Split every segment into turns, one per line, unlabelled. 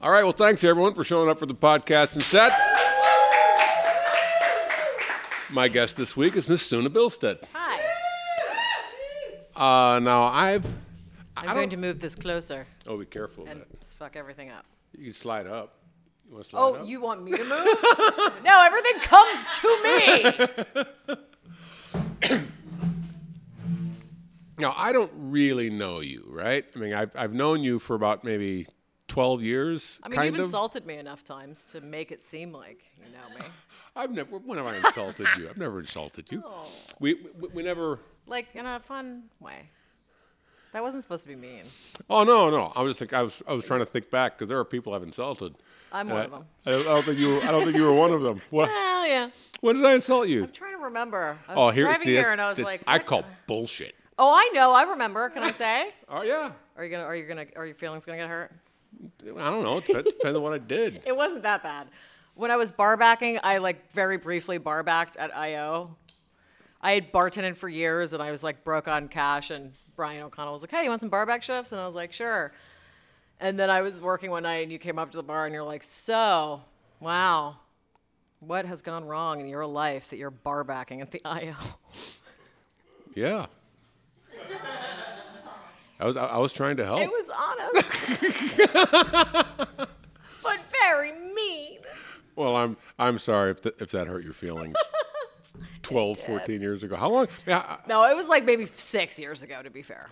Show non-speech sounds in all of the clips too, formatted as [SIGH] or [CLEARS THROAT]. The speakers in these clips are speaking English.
All right. Well, thanks everyone for showing up for the podcast and set. My guest this week is Miss Suna Bilstead.
Hi.
Uh, now I've. I
I'm going
don't-
to move this closer
Oh, be careful. of
and
that.
just fuck everything up.
You can slide up. You want to slide
Oh,
up?
you want me
[LAUGHS]
to move? no, everything comes to me.
Now I don't really know you, right? I mean, I've I've known you for about maybe twelve years.
I mean,
kind
you've
of.
insulted me enough times to make it seem like you know me.
I've never. When have
[LAUGHS]
I insulted you? I've never insulted you.
Oh.
We, we we never.
Like in a fun way. That wasn't supposed to be mean.
Oh no no! I was think I was I was trying to think back because there are people I've insulted.
I'm
And
one
I-
of them.
I, don't- I don't think you. I don't think you were one of them. What?
[LAUGHS] Well, yeah.
When did I insult you?
I'm trying to remember. I
Oh,
was
here
driving
see,
here and I was
that-
like,
I
what?
call
[LAUGHS]
bullshit.
Oh, I know. I remember. Can I
[LAUGHS]
say?
Oh yeah.
Are you gonna? Are you gonna? Are your feelings gonna get hurt?
I don't know. It depends depends on what I did.
It wasn't that bad. When I was bar backing, I like very briefly bar backed at IO. I had bartended for years and I was like broke on cash and Brian O'Connell was like, Hey, you want some bar back shifts? And I was like, Sure. And then I was working one night and you came up to the bar and you're like, So, wow, what has gone wrong in your life that you're bar backing at the IO?
Yeah. I was I, I was trying to help.
It was honest. but very mean.
Well, I'm I'm sorry if th- if that hurt your
[LAUGHS]
feelings. 12, 14 years ago. How long? Yeah, I-
No, it was like maybe six years ago to be fair.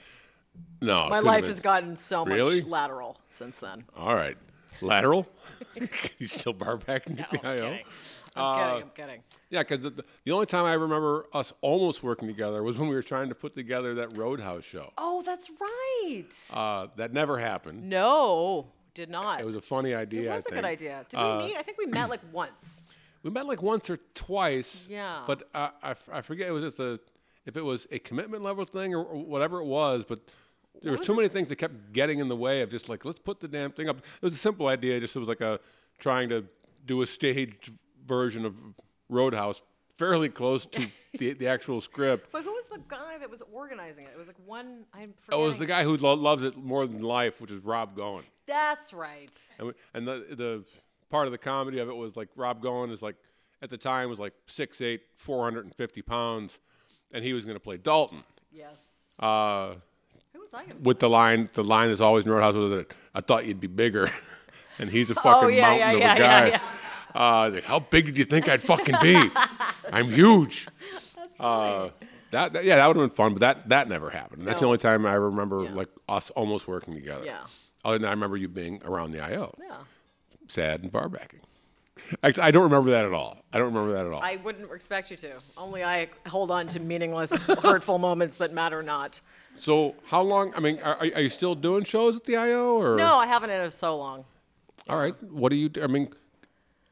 no. it
My
couldn't
life
have
has
been.
gotten so much
Really?
lateral
[LAUGHS]
since then.
All right.
[LAUGHS]
Lateral. [LAUGHS] you still bar backing at
No,
the
I'm
IO?
kidding. I'm
Uh,
kidding. I'm kidding.
Yeah, because the, the only time I remember us almost working together was when we were trying to put together that Roadhouse show.
Oh, that's right.
Uh, that never happened.
no, did not.
It was a funny idea.
It
I
was a good
think.
idea. Did
Uh,
we meet? I think we
[CLEARS THROAT]
met like once.
We met like once or twice.
Yeah.
But I, I, f- I forget it was just a if it was a commitment level thing or, or whatever it was, but there was too many things that kept getting in the way of just like let's put the damn thing up. It was a simple idea, just it was like a trying to do a staged version of Roadhouse, fairly close
[LAUGHS]
to the, the actual script.
But who was the guy that was organizing it? It was like one.
Oh,
I'm
It
forgetting.
was the guy who lo- loves it more than life, which is Rob Goen.
That's right.
And, we, and the the part of the comedy of it was like Rob Goen is like at the time was like 6'8", 450 pounds, and he was going to play Dalton.
Yes.
Uh,
who was I? Gonna
with the line, the line that's always in Roadhouse was that I thought you'd be bigger, [LAUGHS] and he's a fucking
Oh, yeah,
mountain
yeah,
of
yeah,
a
yeah,
guy.
yeah.
Uh, I was like, how big did you think I'd fucking
[LAUGHS]
be? I'm huge.
That's
Uh, that, that- yeah, that would have been fun, but that that never happened. That's the
No.
only time I remember
Yeah.
like us almost working together.
Yeah.
Other than that, I remember you being around the IO
yeah.
sad and bar backing. Actually, I don't remember that at all. I don't remember that at all.
I wouldn't expect you to. Only I hold on to
[LAUGHS]
meaningless, hurtful moments that matter not.
so, how long? I mean, are, are you still doing shows at the IO? Or
No, I haven't in so long.
All right. What do you? do? I mean,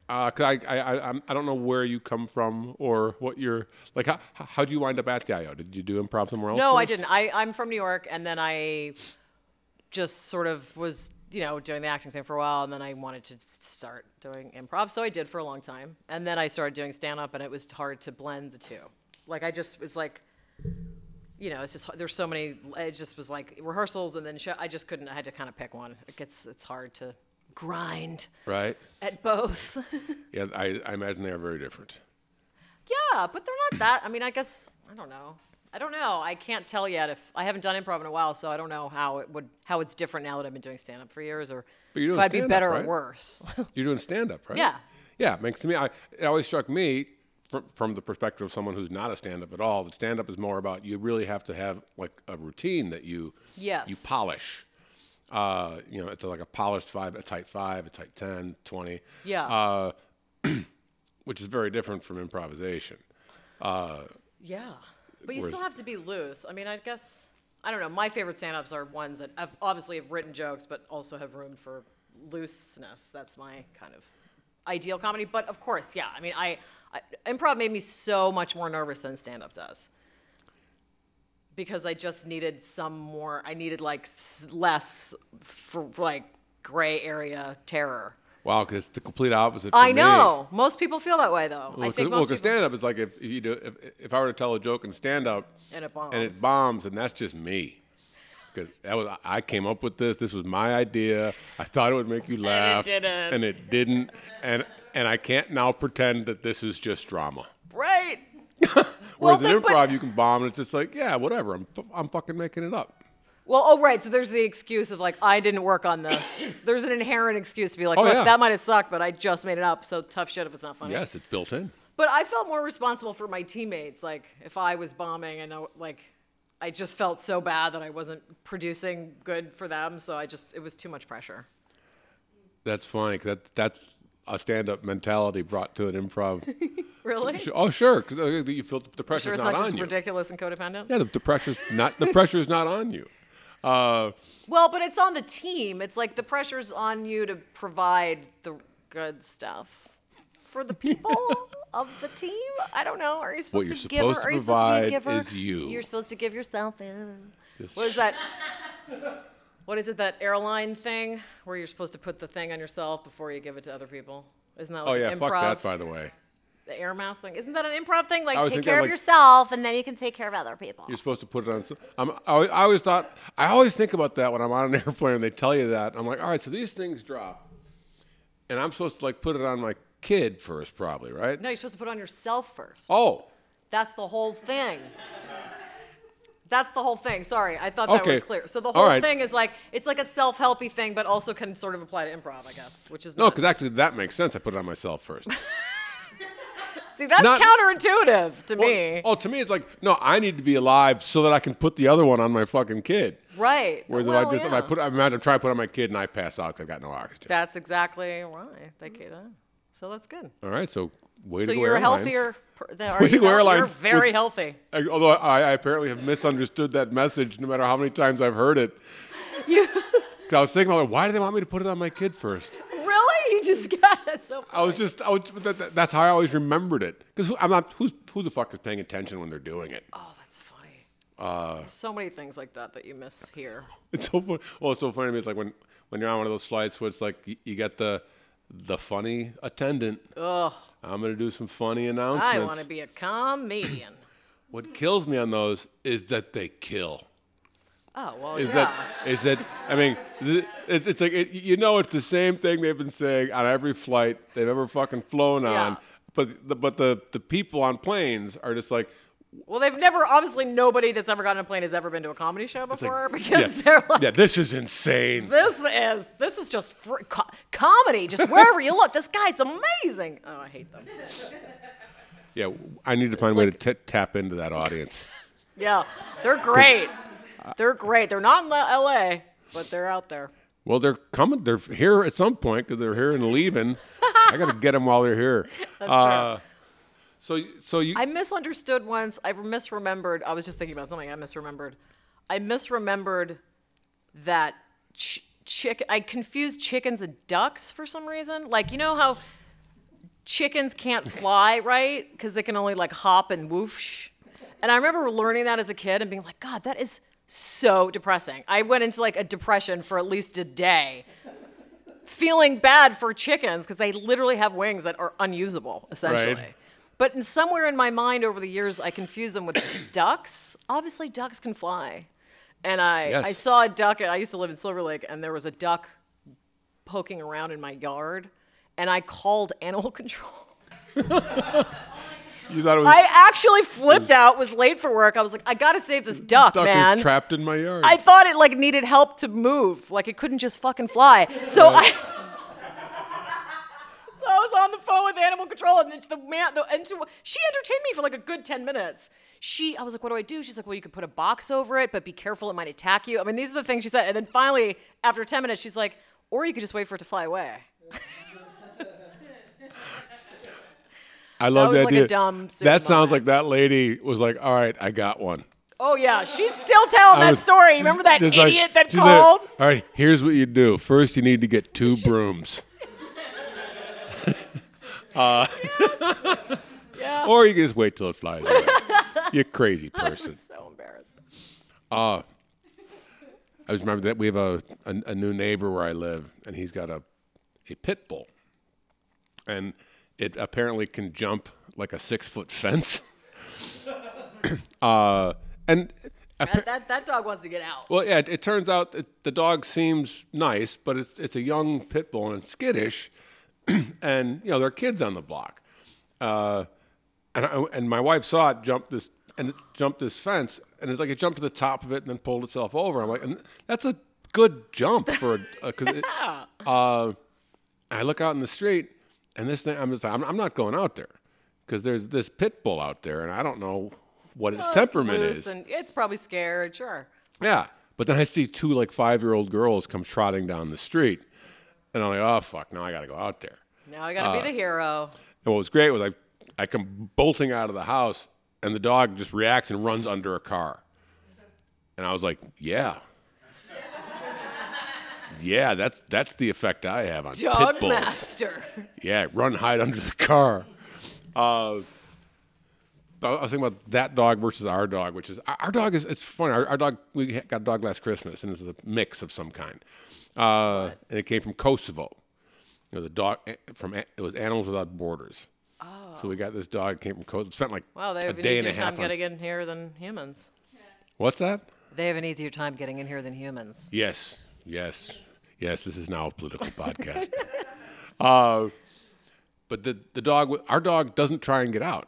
uh, 'cause I, I, I, I'm- I don't know where you come from or what you're like. How how'd you wind up at the IO? Did you do improv somewhere else?
No, I
first?
didn't. I, I'm from New York, and then I just sort of was, you know, doing the acting thing for a while, and then I wanted to s- start doing improv, so I did for a long time, and then I started doing stand up, and it was hard to blend the two. Like I just, it's like, you know, it's just h- there's so many. It just was like rehearsals, and then show, I just couldn't. I had to kind of pick one. It gets, it's hard to grind
Right.
at both. [LAUGHS]
Yeah, I, I imagine they are very different.
Yeah, but they're not that. I mean, I guess I don't know. I don't know. I can't tell yet if I haven't done improv in a while, so I don't know how it would how it's different now that I've been doing stand up for years, or
But you're
if
doing
I'd be
stand-up,
better
right?
or worse. [LAUGHS]
You're doing stand up, right?
Yeah.
Yeah, it makes to me. I, it always struck me from, from the perspective of someone who's not a stand up at all that stand up is more about you really have to have like a routine that you you
Yes.
polish. Uh, you know, it's like a polished five, a tight five, a tight 10, 20.
Yeah.
Uh, which is very different from improvisation.
yeah, but you still
Whereas-
have to be loose. I mean, I guess I don't know. My favorite stand ups are ones that have obviously have written jokes, but also have room for looseness. That's my kind of ideal comedy. But of course, yeah. I mean, I, I improv made me so much more nervous than stand up does. because I just needed some more. I needed like s- less, for, like gray area terror.
Wow, because it's the complete opposite. For
I
me.
know most people feel that way though. I
Well,
think
because
most people.
stand up is like if, if you do if, if I were to tell a joke in stand up
And it
and it bombs and that's just me. because that was I came up with this. This was my idea. I thought it would make you laugh,
didn't.
and it didn't. And and I can't now pretend that this is just drama. [LAUGHS]
Right.
Whereas
then,
in
but-
improv, you can bomb, and it's just like, yeah, whatever. I'm I'm fucking making it up.
Well, oh right. So there's the excuse of like I didn't work on
[COUGHS]
this. there's an inherent excuse to be like,
Oh,
look,
yeah.
that might have sucked, but I just made it up. So tough shit if it's not funny.
Yes, it's built in.
But I felt more responsible for my teammates. Like if I was bombing, and I, like I just felt so bad that I wasn't producing good for them. So I just it was too much pressure.
That's funny. 'cause that that's a stand-up mentality brought to an improv. [LAUGHS]
Really?
Sh- oh, sure. 'cause, uh, you feel the pressure's
Sure, it's
not,
not, just
on you.
ridiculous and codependent.
Yeah, the, the pressure's not the [LAUGHS] pressure's not on you. Uh,
Well, but it's on the team. It's like the pressure's on you to provide the good stuff for the
[LAUGHS]
people of the team. I don't know. Are you supposed
you're
to
supposed
give?
to
Or are you supposed to be a
provide
giver?
is you.
You're supposed to give yourself. In.
just
What is that? what is it? That airline thing where you're supposed to put the thing on yourself before you give it to other people? Isn't that like
Oh yeah,
an improv?
fuck that. By the way,
the air mask thing. Isn't that an improv thing? Like
I was
take
thinking,
care of
like-
yourself and then you can take care of other people.
you're supposed to put it on. s- I'm, I, always- I always thought. I always think about that when I'm on an [LAUGHS] airplane and they tell you that. I'm like, all right, so these things drop, and I'm supposed to like put it on my kid first, probably, right?
No, you're supposed to put it on yourself first.
Oh,
That's the whole thing. That's the whole thing. Sorry, I thought that
Okay.
was clear. So the
All
whole
right.
thing is like it's like a self-helpy thing, but also can sort of apply to improv, I guess, which is
no,
not-
because actually that makes sense. I put it on myself
[LAUGHS]
first.
see that's
not-
counterintuitive to
Well,
me,
Oh, to me, it's like no, I need to be alive so that I can put the other one on my fucking kid.
right?
Whereas if
Well,
I just
yeah.
if I put I imagine I try to put it on my kid and I pass out because I've got no oxygen.
that's exactly right. They get that. So that's good.
All right, so way
So
to go
you're
airlines.
healthier. Per, than, are
Way to
you
go,
health-
airlines.
You're very
With-
healthy.
I, although I, I apparently have misunderstood that message, no matter how many times I've heard it.
[LAUGHS] You
'Cause I was thinking, like, why do they want me to put it on my kid first?
really? You just [LAUGHS] got that so.
I was just, I was, that, that- that's how I always remembered it. Because I'm not, who's, who the fuck is paying attention when they're doing it?
Oh, that's funny. There's so many things like that that you miss here.
It's Uh. so funny. Well, it's so funny to me. It's like when, when you're on one of those flights where it's like you, you got the, the funny attendant.
Ugh.
I'm gonna do some funny announcements.
I want to be a comedian.
What kills me on those is that they kill.
Oh well,
Is
yeah.
that is that? I mean, th- it's, it's like it, you know, it's the same thing they've been saying on every flight they've ever fucking flown on.
Yeah.
But the, but the the people on planes are just like,
well, they've never obviously nobody that's ever gotten on a plane has ever been to a comedy show
like,
before
yeah,
because [LAUGHS] they're like,
yeah, this is insane.
this is this is just fr- co- comedy. Just wherever you look, this guy's amazing. Oh, I hate them.
Yeah, I need to find a way
like-
to t- tap into that audience.
Yeah, they're great. They're great. They're not in L- L.A., but they're out there.
well, they're coming. They're here at some point because they're here and
[LAUGHS]
leaving. I gotta get them while they're here. That's uh, So so you
I misunderstood once. I misremembered. I was just thinking about something. I misremembered. I misremembered that ch- chick. I confused chickens and ducks for some reason. Like you know how chickens can't fly, right? Because they can only like hop and whoosh. And I remember learning that as a kid and being like, God, that is so depressing. I went into like a depression for at least a day. Feeling bad for chickens because they literally have wings that are unusable, essentially. But in somewhere in my mind over the years, I confused them with [COUGHS] ducks. Obviously, ducks can fly. And I, I
Yes.
saw a duck, and I used to live in Silver Lake, and there was a duck poking around in my yard, and I called animal [LAUGHS] control.
you thought it was
I actually flipped out, was late for work. I was like, I gotta save this duck,
duck
man.
is trapped in my yard.
I thought it like needed help to move, like it couldn't just fucking fly. So I. [LAUGHS] So I was on the phone with animal control, and it's the man, the, and so- she entertained me for like a good 10 minutes. She, I was like, what do I do? She's like, well, you could put a box over it, but be careful, it might attack you. I mean, these are the things she said. And then finally, after 10 minutes, she's like, or you could just wait for it to fly away.
I love
was
the
like a
idea.
dumb suit
that sounds
moment.
like that lady was like, "All right, I got one."
Oh yeah, she's still telling
I
that
was
story. Remember that
just
idiot
like-
that
she's like, [LAUGHS]
called?
All right, here's what you do. First, you need to get two
[LAUGHS]
brooms, Uh,
yeah.
[LAUGHS] or you can just wait till it flies
[LAUGHS]
away. you crazy person.
so embarrassed.
I just remember that we have a, a a new neighbor where I live, and he's got a a pit bull, and it apparently can [COUGHS] jump like a six foot fence. uh, and
That, that, that dog wants to get out.
Well, yeah, it, it turns out that the dog seems nice, but it's it's a young pit bull and it's skittish, [CLEARS THROAT] and you know there are kids on the block, uh, and I, and my wife saw it jump this and it jumped this fence, and it's like it jumped to the top of it and then pulled itself over. I'm like, and that's a good jump for a because uh, I look out in the street and this thing I'm just like, I'm, I'm not going out there because there's this pit bull out there, and I don't know what its temperament
Loose
is.
And it's probably scared, sure.
Yeah. But then I see two like five year old girls come trotting down the street. And I'm like, oh, fuck, now I got to go out there.
Now I got to
Uh,
be the hero.
And what was great was I, I come bolting out of the house and the dog just reacts and runs under a car. And I was like, yeah. [LAUGHS] yeah, that's, that's the effect I have on
Dog
pit bulls.
master. [LAUGHS]
Yeah, run, hide under the car. Uh, I was thinking about that dog versus our dog, which is our our dog is it's funny. Our, our dog we ha- got a dog last Christmas, and it's a mix of some kind, uh, and it came from Kosovo. You know, the dog eh, from eh, it was Animals Without Borders. Oh. So we got this dog came from Kosovo. Spent like
Wow, they
a
have an
day and
easier
a half.
time
on-
getting in here than humans.
What's that?
They have an easier time getting in here than humans.
Yes, yes, yes. This is now a political [LAUGHS] podcast. uh, but the the dog, w- our dog, doesn't try and get out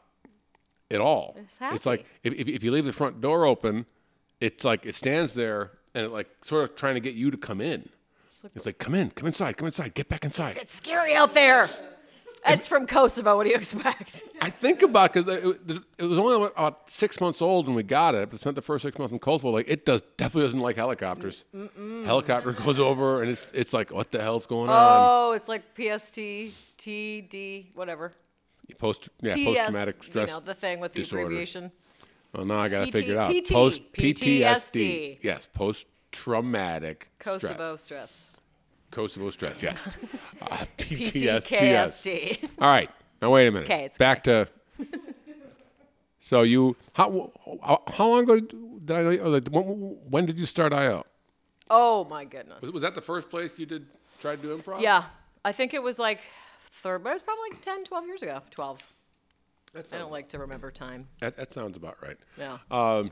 at all. It's,
happy.
like if, if if you leave the front door open, it's like it stands there and it like sort of trying to get you to come in. It's like come in, come inside, come inside, get back inside.
It's scary out there. It's from Kosovo. What do
[LAUGHS]
you expect?
I think about because it, it, it was only about six months old when we got it, but it spent the first six months in Kosovo. Like it does definitely doesn't like helicopters. Helicopter goes over and it's it's like what the hell's going on?
Oh, it's like PST, TD, whatever.
Post yeah,
PS,
post traumatic stress.
You know, the thing with the
disorder.
abbreviation.
well, now I got to
PT
figure it out.
PT.
Post
PTSD.
PTSD. Yes, post traumatic
Kosovo
stress.
stress.
Kosovo stress.
[LAUGHS]
Yes. Uh, PTSD.
PTKSD.
All right. Now wait a minute.
'Kay, it's
Back to. so you how how long ago did I or like, when, when did you start IO?
[LAUGHS] oh my goodness.
Was that the first place you did try to do improv?
yeah, I think it was like third, but it was probably like 10, 12 years ago. 12.
That
I
sounds,
don't like to remember time.
that, that sounds about right.
No.
Um,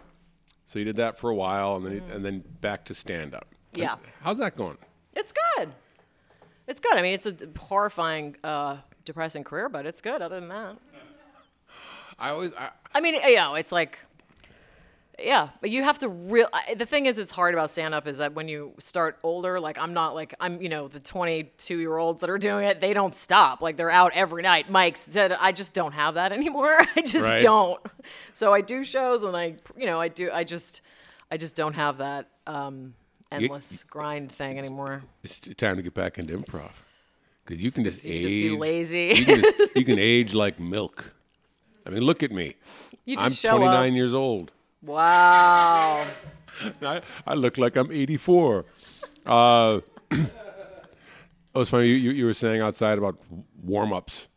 so you did that for a while, and then you, and then back to stand up.
Mm-hmm. Yeah.
How's that going?
It's good. It's good. I mean, it's a d- horrifying, uh, depressing career, but it's good other than that.
I always I,
I mean, you know, it's like, yeah, but you have to real. I- The thing is, it's hard about stand up is that when you start older, like I'm not like I'm, you know, the 22 year olds that are doing it, they don't stop. Like they're out every night. Mike's said, I just don't have that anymore. [LAUGHS] I just
Right.
don't. So I do shows and I, you know, I do, I just, I just don't have that um, endless grind thing anymore.
it's t- time to get back into improv because you can just
You
age.
can just be lazy.
you, can just-
[LAUGHS]
you can age like milk. I mean, look at me.
You just
I'm
show
29
up.
years old.
Wow.
I, I look like I'm 84. Uh, [CLEARS THROAT] it was funny. You, you, you were saying outside about warm ups.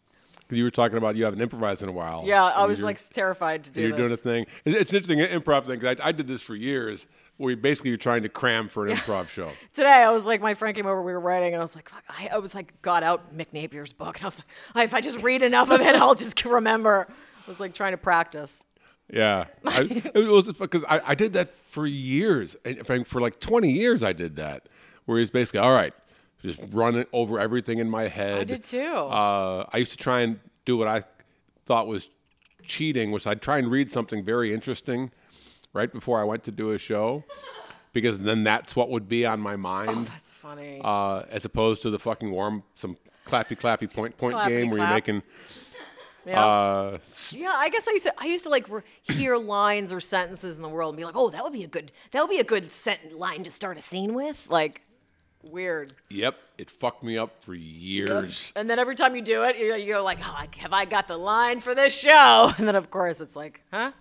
You were talking about you haven't improvised in a while.
Yeah, I
and
was
you're-
like terrified to do
You're
this.
doing a thing. It's, it's an interesting improv thing 'cause I, I did this for years where you basically you're trying to cram for an improv show.
today I was like, my friend came over, we were writing, and I was like, fuck, I, I was like, got out Mick Napier's book, and I was like, "Oh, if I just read enough of it, I'll just remember. I was like trying to practice. [LAUGHS]
Yeah, I, it was because I, I did that for years. In fact, for like twenty years, I did that, where he's basically all right, just running over everything in my head.
I did too.
Uh, I used to try and do what I thought was cheating, which I'd try and read something very interesting right before I went to do a show, because then that's what would be on my mind,
That's funny.
uh, as opposed to the fucking warm some clappy clappy point point
Clappy
game where you're
claps.
making
yeah.
uh,
yeah, I guess I used to. I used to like re- hear lines or sentences in the world and be like, "Oh, that would be a good. That would be a good sent- line to start a scene with." Like, weird.
yep, it fucked me up for years.
And then every time you do it, you're, you're like, oh, I- "Have I got the line for this show?" [LAUGHS] And then of course it's like, "Huh?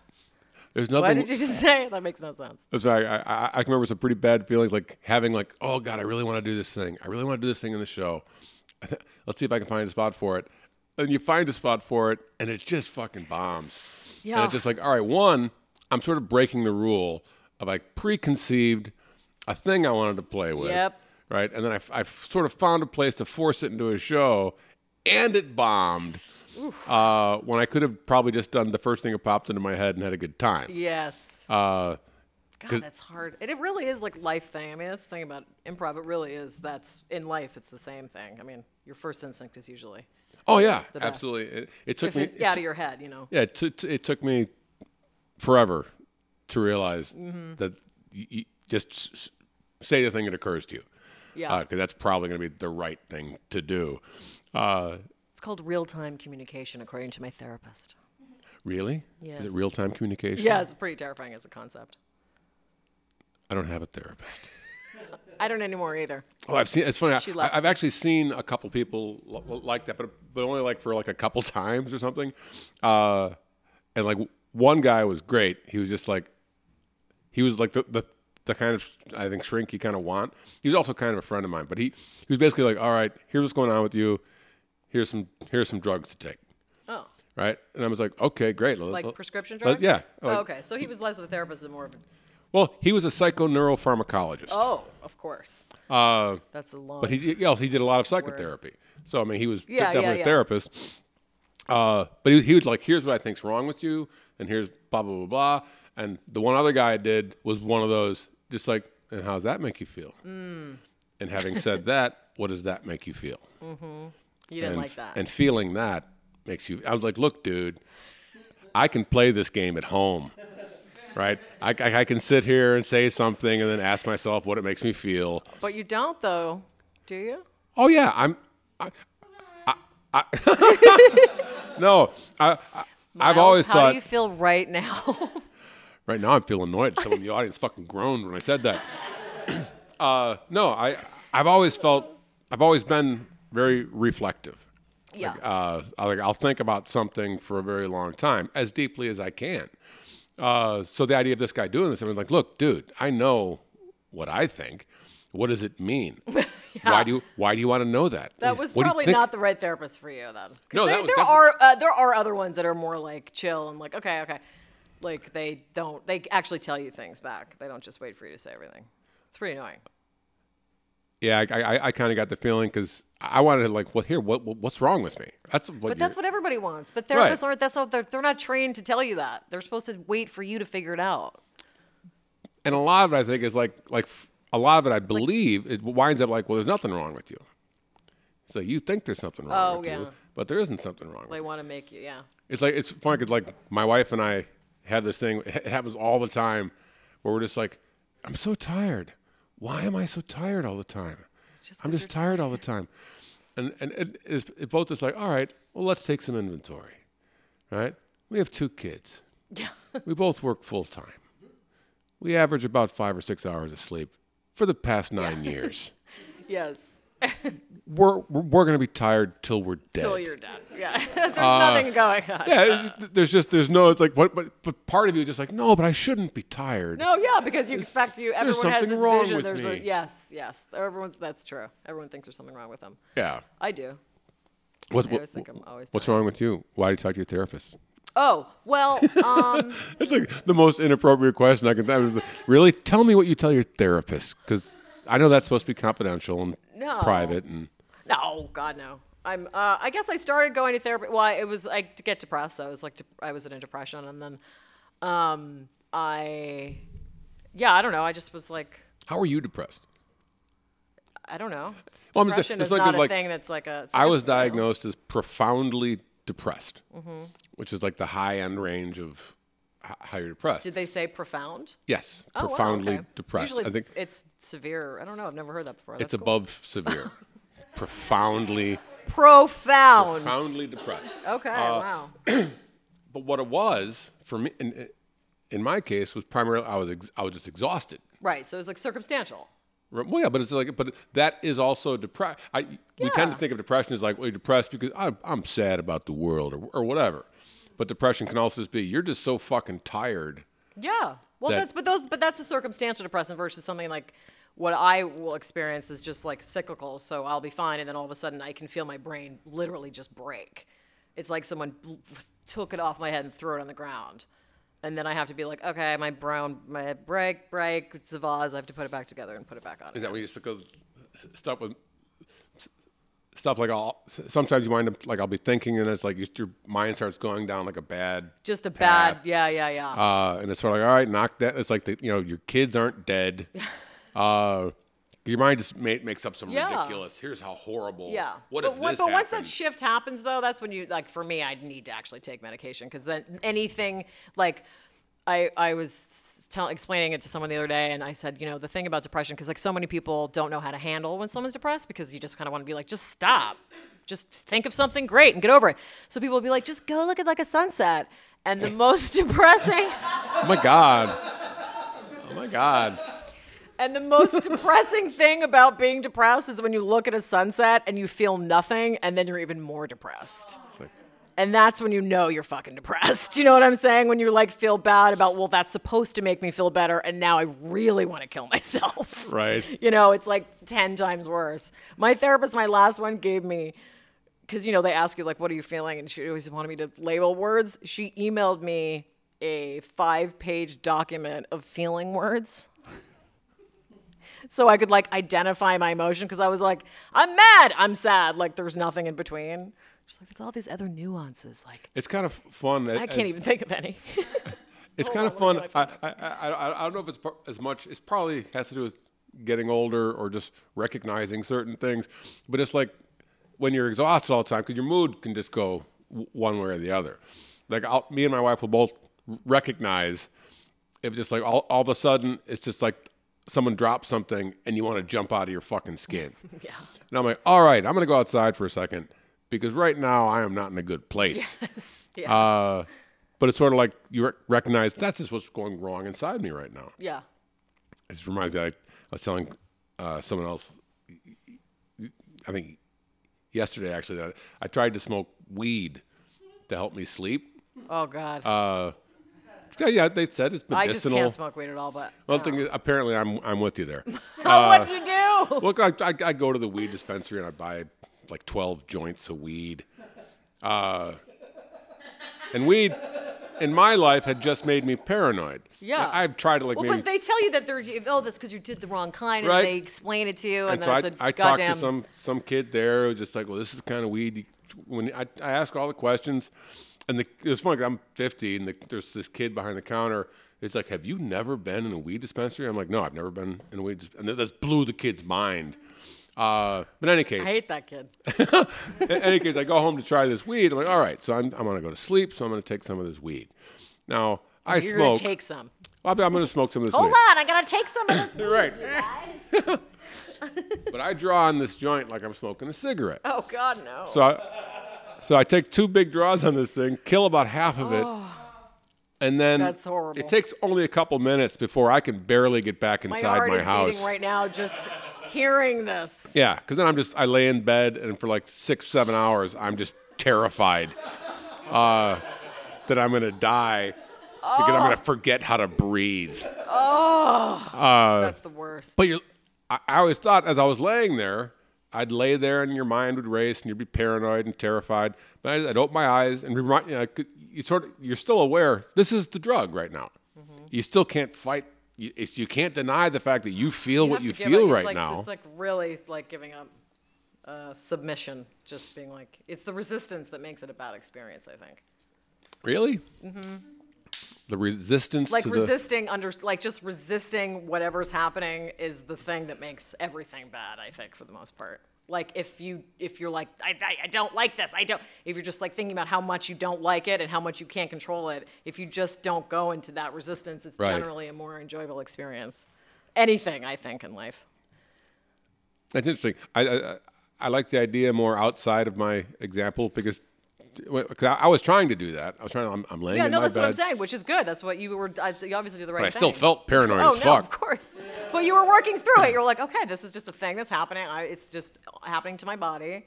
There's
Why
nothing.
did you just say it? That makes no sense."
I'm sorry. I, I, I can remember some pretty bad feelings, like having like, oh god, I really want to do this thing. I really want to do this thing in the show. [LAUGHS] Let's see if I can find a spot for it. And you find a spot for it, and it just fucking bombs. And
Yeah.
it's just like, all right, one, I'm sort of breaking the rule of like preconceived a thing I wanted to play with.
Yep.
Right. And then I, f- I f- sort of found a place to force it into a show, and it bombed. Uh, when I could have probably just done the first thing that popped into my head and had a good time
Yes.
because
God,
Uh, 'Cause-
that's hard. It, it really is like life thing. I mean, that's the thing about improv. It really is. That's in life. It's the same thing. I mean, your first instinct is usually
Oh yeah,
best.
absolutely. It, it took
if
me.
it, out of your head. You know.
Yeah, it, t- t- it took me forever to realize
Mm-hmm.
that you, you just s- s- say the thing that occurs to you.
Yeah.
Because that's probably going to be the right thing to do. Uh,
It's called real time communication, according to my therapist.
really? Is
Yes.
it real time communication?
Yeah, it's pretty terrifying as a concept.
I don't have a therapist.
I don't anymore either.
Oh, I've seen. It's funny. I,
She left.
I've actually seen a couple people l- l- like that, but but only like for like a couple times or something. Uh, and like one guy was great. He was just like, he was like the the, the kind of I think shrink you kind of want. He was also kind of a friend of mine, but he he was basically like, all right, here's what's going on with you. Here's some here's some drugs to take,
Oh,
right? And I was like, okay, great. Let's-
like
let's-
prescription
let-
drugs?
yeah.
Oh,
Like-
okay. So he was less of a therapist and more of a.
Well, he was a psychoneuropharmacologist.
Oh, of course.
Uh,
That's a long.
But he did, yeah, he did a lot of psychotherapy. So I mean, he was
Yeah, yeah,
definitely
yeah.
a therapist. Uh, but he, he was like, "Here's what I think's wrong with you, and here's blah blah blah blah." And the one other guy I did was one of those, just like, "And how's that make you feel?"
Mm.
And having
[LAUGHS]
said that, what does that make you feel?
you didn't
and,
like that.
And feeling that makes you. I was like, look, dude, I can play this game at home, right? I, I, I can sit here and say something, and then ask myself what it makes me feel.
but you don't, though, do you?
Oh yeah, I'm. I, I, I, [LAUGHS] no, I, I I've
Miles,
always
how
thought.
do you feel right now? [LAUGHS]
right now, I'm feeling annoyed. Someone in the audience fucking groaned when I said that. [CLEARS THROAT] uh, no, I I've always felt I've always been very reflective.
yeah.
Uh, I, like I'll think about something for a very long time, as deeply as I can. Uh, so the idea of this guy doing this, I'm like, look, dude, I know what I think. What does it
[LAUGHS]
mean? Why do you Why do you want to know that?
That
He's-
was
"What do you
probably
think?"
not the right therapist for you, then. 'Cause
No,
there,
that was
there
defi-
are uh, there are other ones that are more like chill and like okay, okay, like they don't they actually tell you things back. They don't just wait for you to say everything. It's pretty annoying.
Yeah, I, I, I kind of got the feeling because I wanted to like, well, here, what, what what's wrong with me? That's what.
But that's what everybody wants. But therapists
Right.
aren't. That's not. They're, they're not trained to tell you that. They're supposed to wait for you to figure it out.
and a lot of it, I think, is like like f- a lot of it. I believe it winds up like, well, there's nothing wrong with you. So you think there's something wrong
Oh,
with
yeah.
you, but there isn't something wrong. with
They want to make you. Yeah.
It's like it's funny because like my wife and I had this thing. It happens all the time where we're just like, I'm so tired. Why am I so tired all the time? I'm just tired all the time. And and it is it both is like, all right, well let's take some inventory, right? We have two [LAUGHS] kids.
Yeah.
We both work full time. We average about five or six hours of sleep for the past nine [LAUGHS] years.
yes.
We're we're, we're gonna be tired till we're dead.
Till you're done.
[LAUGHS]
Yeah. There's nothing going on.
Uh, yeah, it- there's just there's no. It's like what, but but part of you is just like no, but I shouldn't be tired.
No, yeah, because you expect you.
there's
Everyone has
something
this
wrong
vision.
with
there's
me.
a yes, yes. Everyone's that's true. Everyone thinks there's something wrong with them.
Yeah.
I do.
What's,
I always think I'm always.
what's wrong with you? Why do you talk to your therapist? [LAUGHS]
Oh well, um,
It's like the most inappropriate question I can. I was- really, tell me what you tell your therapist, because I know that's supposed to be confidential and
No.
private. And
no, God no. I'm. Uh, I guess I started going to therapy. Well, it was I to get depressed. I was like, de- I was in a depression, and then, um, I, yeah, I don't know. I just was like,
how are you depressed?
I don't know. It's-
Well, I'm just-
depression
it's
is
like-
not
it's
a
like-
thing that's like a. it's Mm-hmm.
I
like a
was
skill.
diagnosed as profoundly depressed, which is like the high end range of h- how you're depressed.
Did they say profound?
yes,
Oh, wow,
profoundly
okay.
depressed.
Usually
I think
it's it's severe. I don't know. I've never heard that before.
it's
That's cool.
above
[LAUGHS]
severe. profoundly,
profound.
profoundly depressed.
Okay.
uh,
wow.
But what it was for me, in, in my case, was primarily I was ex- I was just exhausted.
Right. So it's like circumstantal.
Right? Well, yeah, but it's like, but that is also depression. We tend
Yeah.
to think of depression as like, well, you're depressed because I'm, I'm sad about the world or, or whatever. But depression can also just be you're just so fucking tired.
Yeah. Well,
That-
that's but those but that's a circumstantial depressant versus something like what I will experience is just like cyclical. So I'll be fine, and then all of a sudden I can feel my brain literally just break. It's like someone bl- took it off my head and threw it on the ground. And then I have to be like, okay, my brown, my break, break, it's a vase. I have to put it back together and put it back on.
Is that when you stick with stuff with stuff like I'll s- sometimes you wind up like I'll be thinking and it's like just your mind starts going down like a bad
Just a
path.
bad, yeah, yeah, yeah.
Uh, and it's sort of like, all right, knock that. It's like the, you know, your kids aren't
[LAUGHS]
dead. uh, your mind just ma- makes up some
Yeah.
ridiculous. Here's how horrible.
yeah.
What
but
if
when-
this
but once that
happened?"
shift happens, though, that's when you like. For me, I need to actually take medication because then anything like I I was tell, explaining it to someone the other day, and I said, you know, the thing about depression, because like so many people don't know how to handle when someone's depressed because you just kind of want to be like, just stop, just think of something great and get over it. So people will be like, just go look at like a sunset. And the most [LAUGHS] depressing,
oh my
[LAUGHS]
god. Oh my god.
and the
[LAUGHS]
most depressing thing about being depressed is when you look at a sunset and you feel nothing, and then you're even more depressed.
It's like,
And that's when you know you're fucking depressed. You know what I'm saying? When you like feel bad about, well, that's supposed to make me feel better, and now I really want to kill myself.
Right.
[LAUGHS] You know, it's like 10 times worse. My therapist, my last one, gave me, because, you know, they ask you, like, what are you feeling? And she always wanted me to label words. She emailed me a five page document of feeling words. So I could like identify my emotion because I was like, I'm mad, I'm sad. Like, there's nothing in between. She's like, there's all these other nuances. Like,
it's kind of fun.
I can't even think of any. [LAUGHS]
It's kind of fun. Oh, I, I, I, I- I don't know if it's par- as much. It's probably has to do with getting older or just recognizing certain things. But it's like when you're exhausted all the time because your mood can just go w- one way or the other. Like I'll, me and my wife will both r- recognize if just like all, all of a sudden it's just like someone drops something and you want to jump out of your fucking skin. [LAUGHS] yeah. And I'm like, all right, I'm gonna go outside for a second because right now I am not in a good
[LAUGHS]
place.
yeah.
Uh, but it's sort of like you rec- recognize that's just what's going wrong inside me right now.
yeah.
It just reminds me, I, I was telling uh, someone else, I think yesterday actually, that I tried to smoke weed to help me sleep.
Oh God.
Yeah, yeah, they said it's
I just
medicinal.
can't smoke weed at all. But
One thing, is, apparently, I'm I'm with you there.
[LAUGHS] oh, what did you do?
Look, I, I, I go to the weed dispensary and I buy like 12 joints of weed. Uh, and weed in my life had just made me paranoid.
Yeah.
I, have tried to like
Well,
maybe.
but they tell you that they're oh, that's because you did the wrong kind,
Right.
and they explain it to you, and,
and so
then
I,
it's a
I talked
goddamn.
to some, some kid there who was just like, well, this is the kind of weed. You, when I, I ask all the questions, and the, it was funny 'cause I'm 50, and the, there's this kid behind the counter. It's like, have you never been in a weed dispensary? I'm like, no, I've never been in a weed dispensary. And that just blew the kid's mind. Uh, but in any case,
I hate that kid.
[LAUGHS] in any case, I go home to try this weed. I'm like, all right, so I'm, I'm gonna go to sleep, so I'm gonna take some of this weed. Now I
You're
smoke.
gonna take some.
I'm, I'm gonna smoke some of this
Hold
weed.
on, I gotta take some of this.
You're right. [LAUGHS] but I draw on this joint like I'm smoking a cigarette.
[LAUGHS] Oh God, no.
So I, so I take two big draws on this thing, kill about half of it, and then
Oh. That's horrible.
it takes only a couple minutes before I can barely get back
my
inside
heart is
house.
beating right now just hearing this.
Yeah, because then I'm just I lay in bed and for like six seven hours I'm just terrified uh, that I'm gonna die because I'm gonna
Oh.
forget how to breathe. Uh,
That's the worst.
But you, I, I always thought as I was laying there, I'd lay there and your mind would race and you'd be paranoid and terrified. But I, I'd open my eyes and remind you, know, I could- you sort of you're still aware this is the drug right now.
Mm-hmm.
You still can't fight. You, it's, you can't deny the fact that you feel what
have
you
to give
feel
up. It's
right
like-
now.
It's like really like giving up uh, submission, just being like it's the resistance that makes it a bad experience. I think
Really? Mm-hmm. The resistance
like
to the
resisting under like just resisting whatever's happening is the thing that makes everything bad. I think for the most part. Like if you if you're like I, I, I don't like this I don't if you're just like thinking about how much you don't like it and how much you can't control it if you just don't go into that resistance it's
Right.
generally a more enjoyable experience anything I think in life
That's interesting. I, I I- I like the idea more outside of my example because because I, I was trying to do that. I was trying. To, I'm, I'm laying
yeah
in
no
my
that's
bed,
what I'm saying which is good that's what you were I, you obviously did the right
but I
thing
still felt paranoid
oh
as
no of
fuck.
course but you were working through it you're like okay this is just a thing that's happening I, it's just happening to my body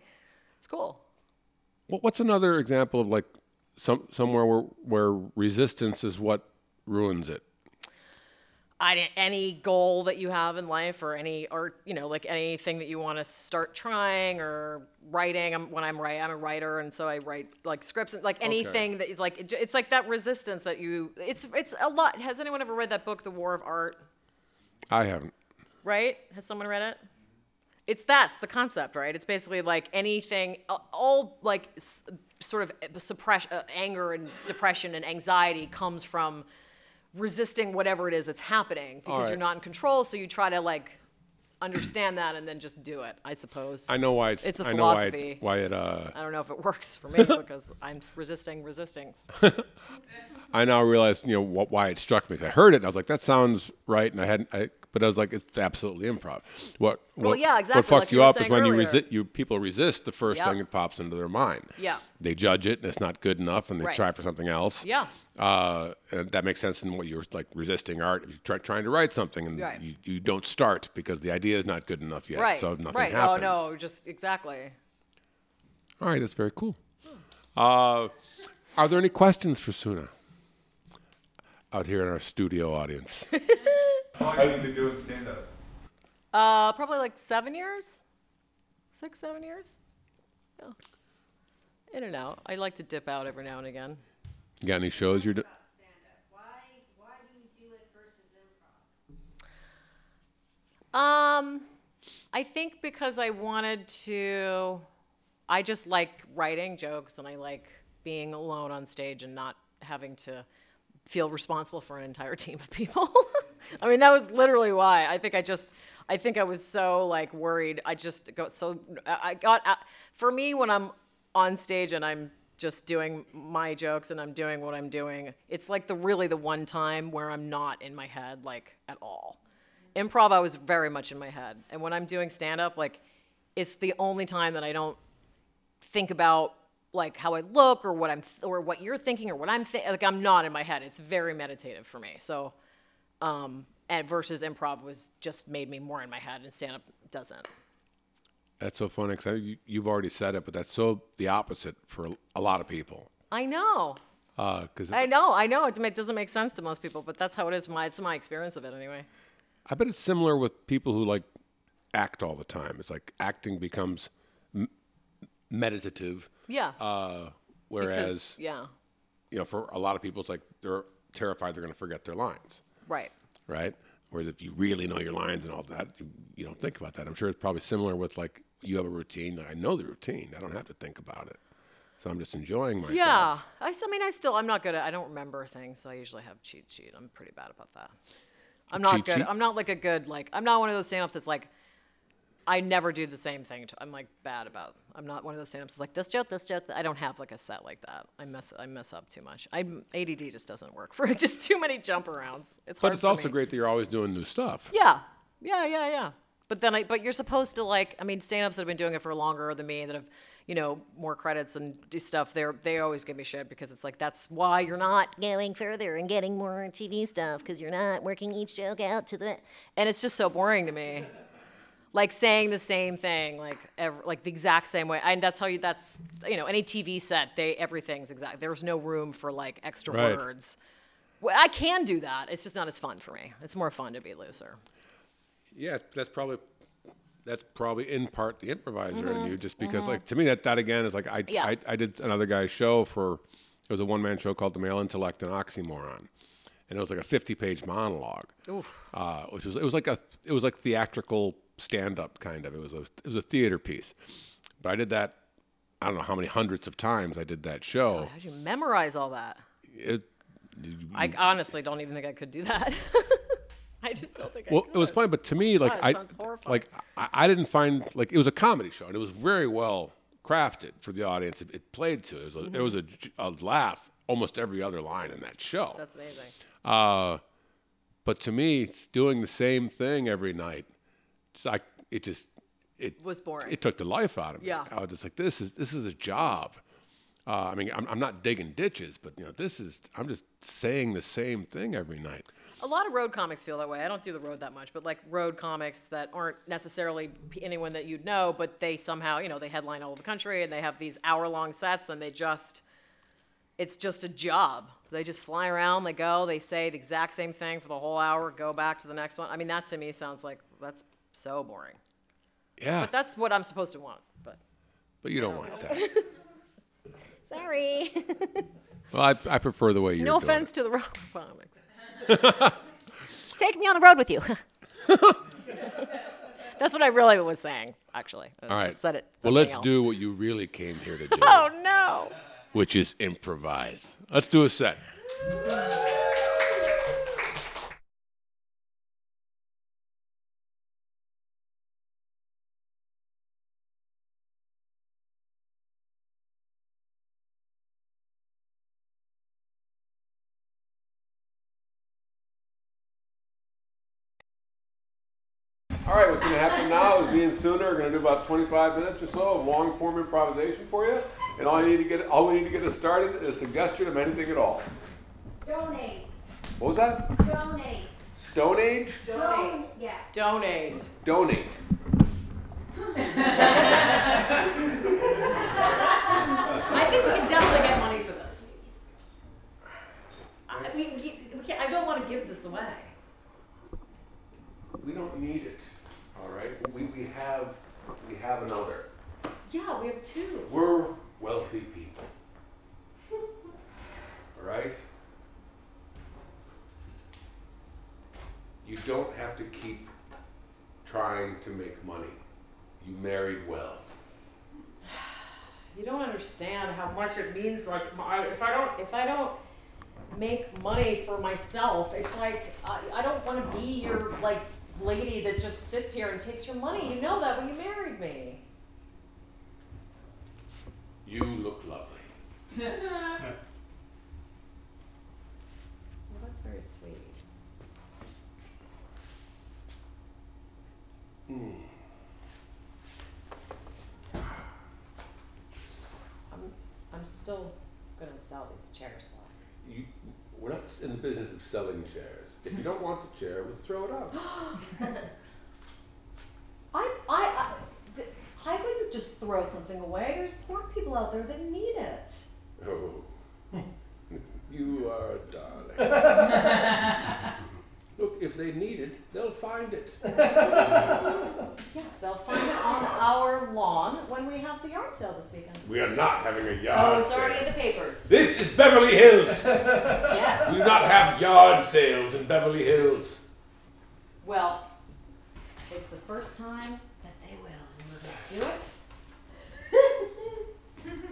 it's cool
What- What's another example of like some somewhere where where resistance is what ruins it?
I didn't- any goal that you have in life or any art, you know, like anything that you want to start trying or writing. I'm, when I'm writing, I'm a writer, and so I write like scripts, and like anything that is like it j- it's like that resistance that you. It's it's a lot. Has anyone ever read that book, The War of Art?
I haven't.
Right? Has someone read it? it's that's the concept, right? It's basically like anything, a- all like s- sort of suppression, uh, anger and depression and anxiety comes from resisting whatever it is that's happening because you're
right.
not in control. So you try to like understand that and then just do it, I suppose.
I know why it's.
It's a
I know why
philosophy.
it, why it. Uh,
I don't know if it works
[LAUGHS]
for me because I'm resisting, resisting.
I now realize you know wh- why it struck me. 'Cause I heard it, and I was like, "That sounds right," and I hadn't. I, but I was like, "It's absolutely improv." What? what
yeah, exactly,
What fucks
like you
you
were
up is
saying
when you
earlier.
resist. You people resist the first
Yep.
thing that pops into their mind.
Yeah.
They judge it, and it's not good enough, and they
Right.
try for something else.
Yeah.
Uh, and that makes sense in what you're like resisting art. If you're try, trying to write something, and
Right.
you, you don't start because the idea is not good enough yet,
Right.
so nothing
right.
happens.
Oh no, just exactly.
All right, that's very cool. Uh, are there any questions for Suna out here in our studio audience?
How long have you been doing stand up?
Uh, probably like seven years, six, seven years. Yeah. In and out. I like to dip out every now and again.
You got any shows you're doing?
about stand-up. Why, why do you do it versus improv?
Um, I think because I wanted to, I just like writing jokes and I like being alone on stage and not having to feel responsible for an entire [LAUGHS] team of people. I mean, that was literally why. I think I just, I think I was so like worried. I just got so, I I got, I- for me, when I'm on stage and I'm just doing my jokes and I'm doing what I'm doing, it's like the really the one time where I'm not in my head like at all improv i was very much in my head and when i'm doing stand up like it's the only time that i don't think about like how i look or what i'm th- or what you're thinking or what i'm thi- like i'm not in my head it's very meditative for me so um and versus improv was just made me more in my head and stand up doesn't
That's so funny because you, you've already said it, but that's so the opposite for a lot of people. Uh,
i know
Because
i know i know it ma- doesn't make sense to most people but that's how it is my it's my experience of it anyway
I bet it's similar with people who like act all the time. It's like acting becomes m- meditative,
yeah
uh, whereas
'Cause- yeah
you know, for a lot of people, it's like they're terrified they're going to forget their lines.
right
right? Whereas if you really know your lines and all that, you, you don't think about that. I'm sure it's probably similar with like you have a routine. I know the routine. I don't have to think about it. So I'm just enjoying myself.
Yeah, I, s- I mean, I still, I'm not good at, I don't remember things, so I usually have cheat sheet. I'm pretty bad about that. I'm not
cheat
good.
sheet?
I'm not like a good, like, I'm not one of those stand ups that's like, I never do the same thing. To, I'm like bad about. I'm not one of those stand ups that's like this joke, this joke. I don't have like a set like that. I mess, I mess up too much. I ADD just doesn't work for [LAUGHS] just too many jump arounds. It's
But
hard
it's
for
also
me.
great that you're always doing new stuff.
Yeah. Yeah, yeah, yeah. But then I but you're supposed to like I mean stand ups that have been doing it for longer than me that have, you know, more credits and do stuff, they're they always give me shit because it's like that's why you're not
going further and getting more TV stuff because you're not working each joke out to the
and it's just so boring to me. Like saying the same thing, like ev- like the exact same way, and that's how you. That's you know any TV set, they everything's exact. There's no room for like extra
Right.
words. Well, I can do that. It's just not as fun for me. It's more fun to be looser.
Yeah, that's probably that's probably in part the improviser in you, just because like to me that that again is like I
Yeah.
I, I did another guy's show for it was a one man show called The Male Intellect and Oxymoron, and it was like a fifty page monologue, Uh, which was it was like a it was like theatrical stand up kind of it was a it was a theater piece, but I did that I don't know how many hundreds of times I did that show.
How'd you memorize all that?
It, Mm.
I honestly don't even think I could do that. [LAUGHS] I just don't think
Well,
I could.
it was funny, but to me, like
God, it
I,
sounds horrifying.
like I, I didn't find like it was a comedy show, and it was very well crafted for the audience. It, it played to it. It was, a, it was a, j- a laugh almost every other line in that show.
Mm-hmm. That's amazing.
Uh, but to me, it's doing the same thing every night, it's like it just it
Was boring.
It took the life out of me.
Yeah.
I was just like, this is this is a job. Uh, I mean, I'm, I'm not digging ditches, but you know, this is I'm just saying the same thing every night.
A lot of road comics feel that way. I don't do the road that much, but like road comics that aren't necessarily p- anyone that you'd know, but they somehow, you know, they headline all over the country and they have these hour long sets and they just, it's just a job. They just fly around, they go, they say the exact same thing for the whole hour, go back to the next one. I mean, that to me sounds like that's so boring.
Yeah,
But that's what I'm supposed to want, but.
but you don't want
[LAUGHS]
that.
sorry.
Well, I, I prefer the way you're
No
doing
offense to the [LAUGHS] road comics.
[LAUGHS]
Take me on the road with you.
[LAUGHS] That's what I really was saying, actually. I
All right.
just said it.
Well,
something
let's
else.
do what you really came here to do,
[LAUGHS] Oh no.
which is improvise. Let's do a set. All right, what's going to happen now is me and Suna are going to do about 25 minutes or so of long form improvisation for you. And all you need to get, all we need to get us started is a suggestion of anything at all.
Donate,
What was that?
donate,
Stone Age?
don't, yeah.
Donate.
Donate.
I think we can definitely get money for this. I, we, we can't, I don't want to give this away.
We don't need it. All right, we, we have we have another.
Yeah, we have two.
We're wealthy people. All right? You don't have to keep trying to make money. You married well.
You don't understand how much it means. Like, my- if I don't, if I don't make money for myself, it's like I, I don't want to be your like lady that just sits here and takes your money. You know that when you married me.
You look lovely.
Well, that's very sweet. I'm, I'm still gonna sell these chairs though.
You, we're not in the business of selling chairs. If you don't want the chair, we'll throw it out.
I, I, I, th- I wouldn't just throw something away. There's poor people out there that need it.
Oh, you are a darling. Look, if they need it, they'll find it.
Yes, they'll find it on our lawn when we have the yard sale this weekend.
We are not having a yard
Oh, it's
sale.
already in the papers.
This is Beverly Hills.
[LAUGHS] Yes.
We do not have yard sales in Beverly Hills.
Well, it's the first time that they will, and we're gonna do it.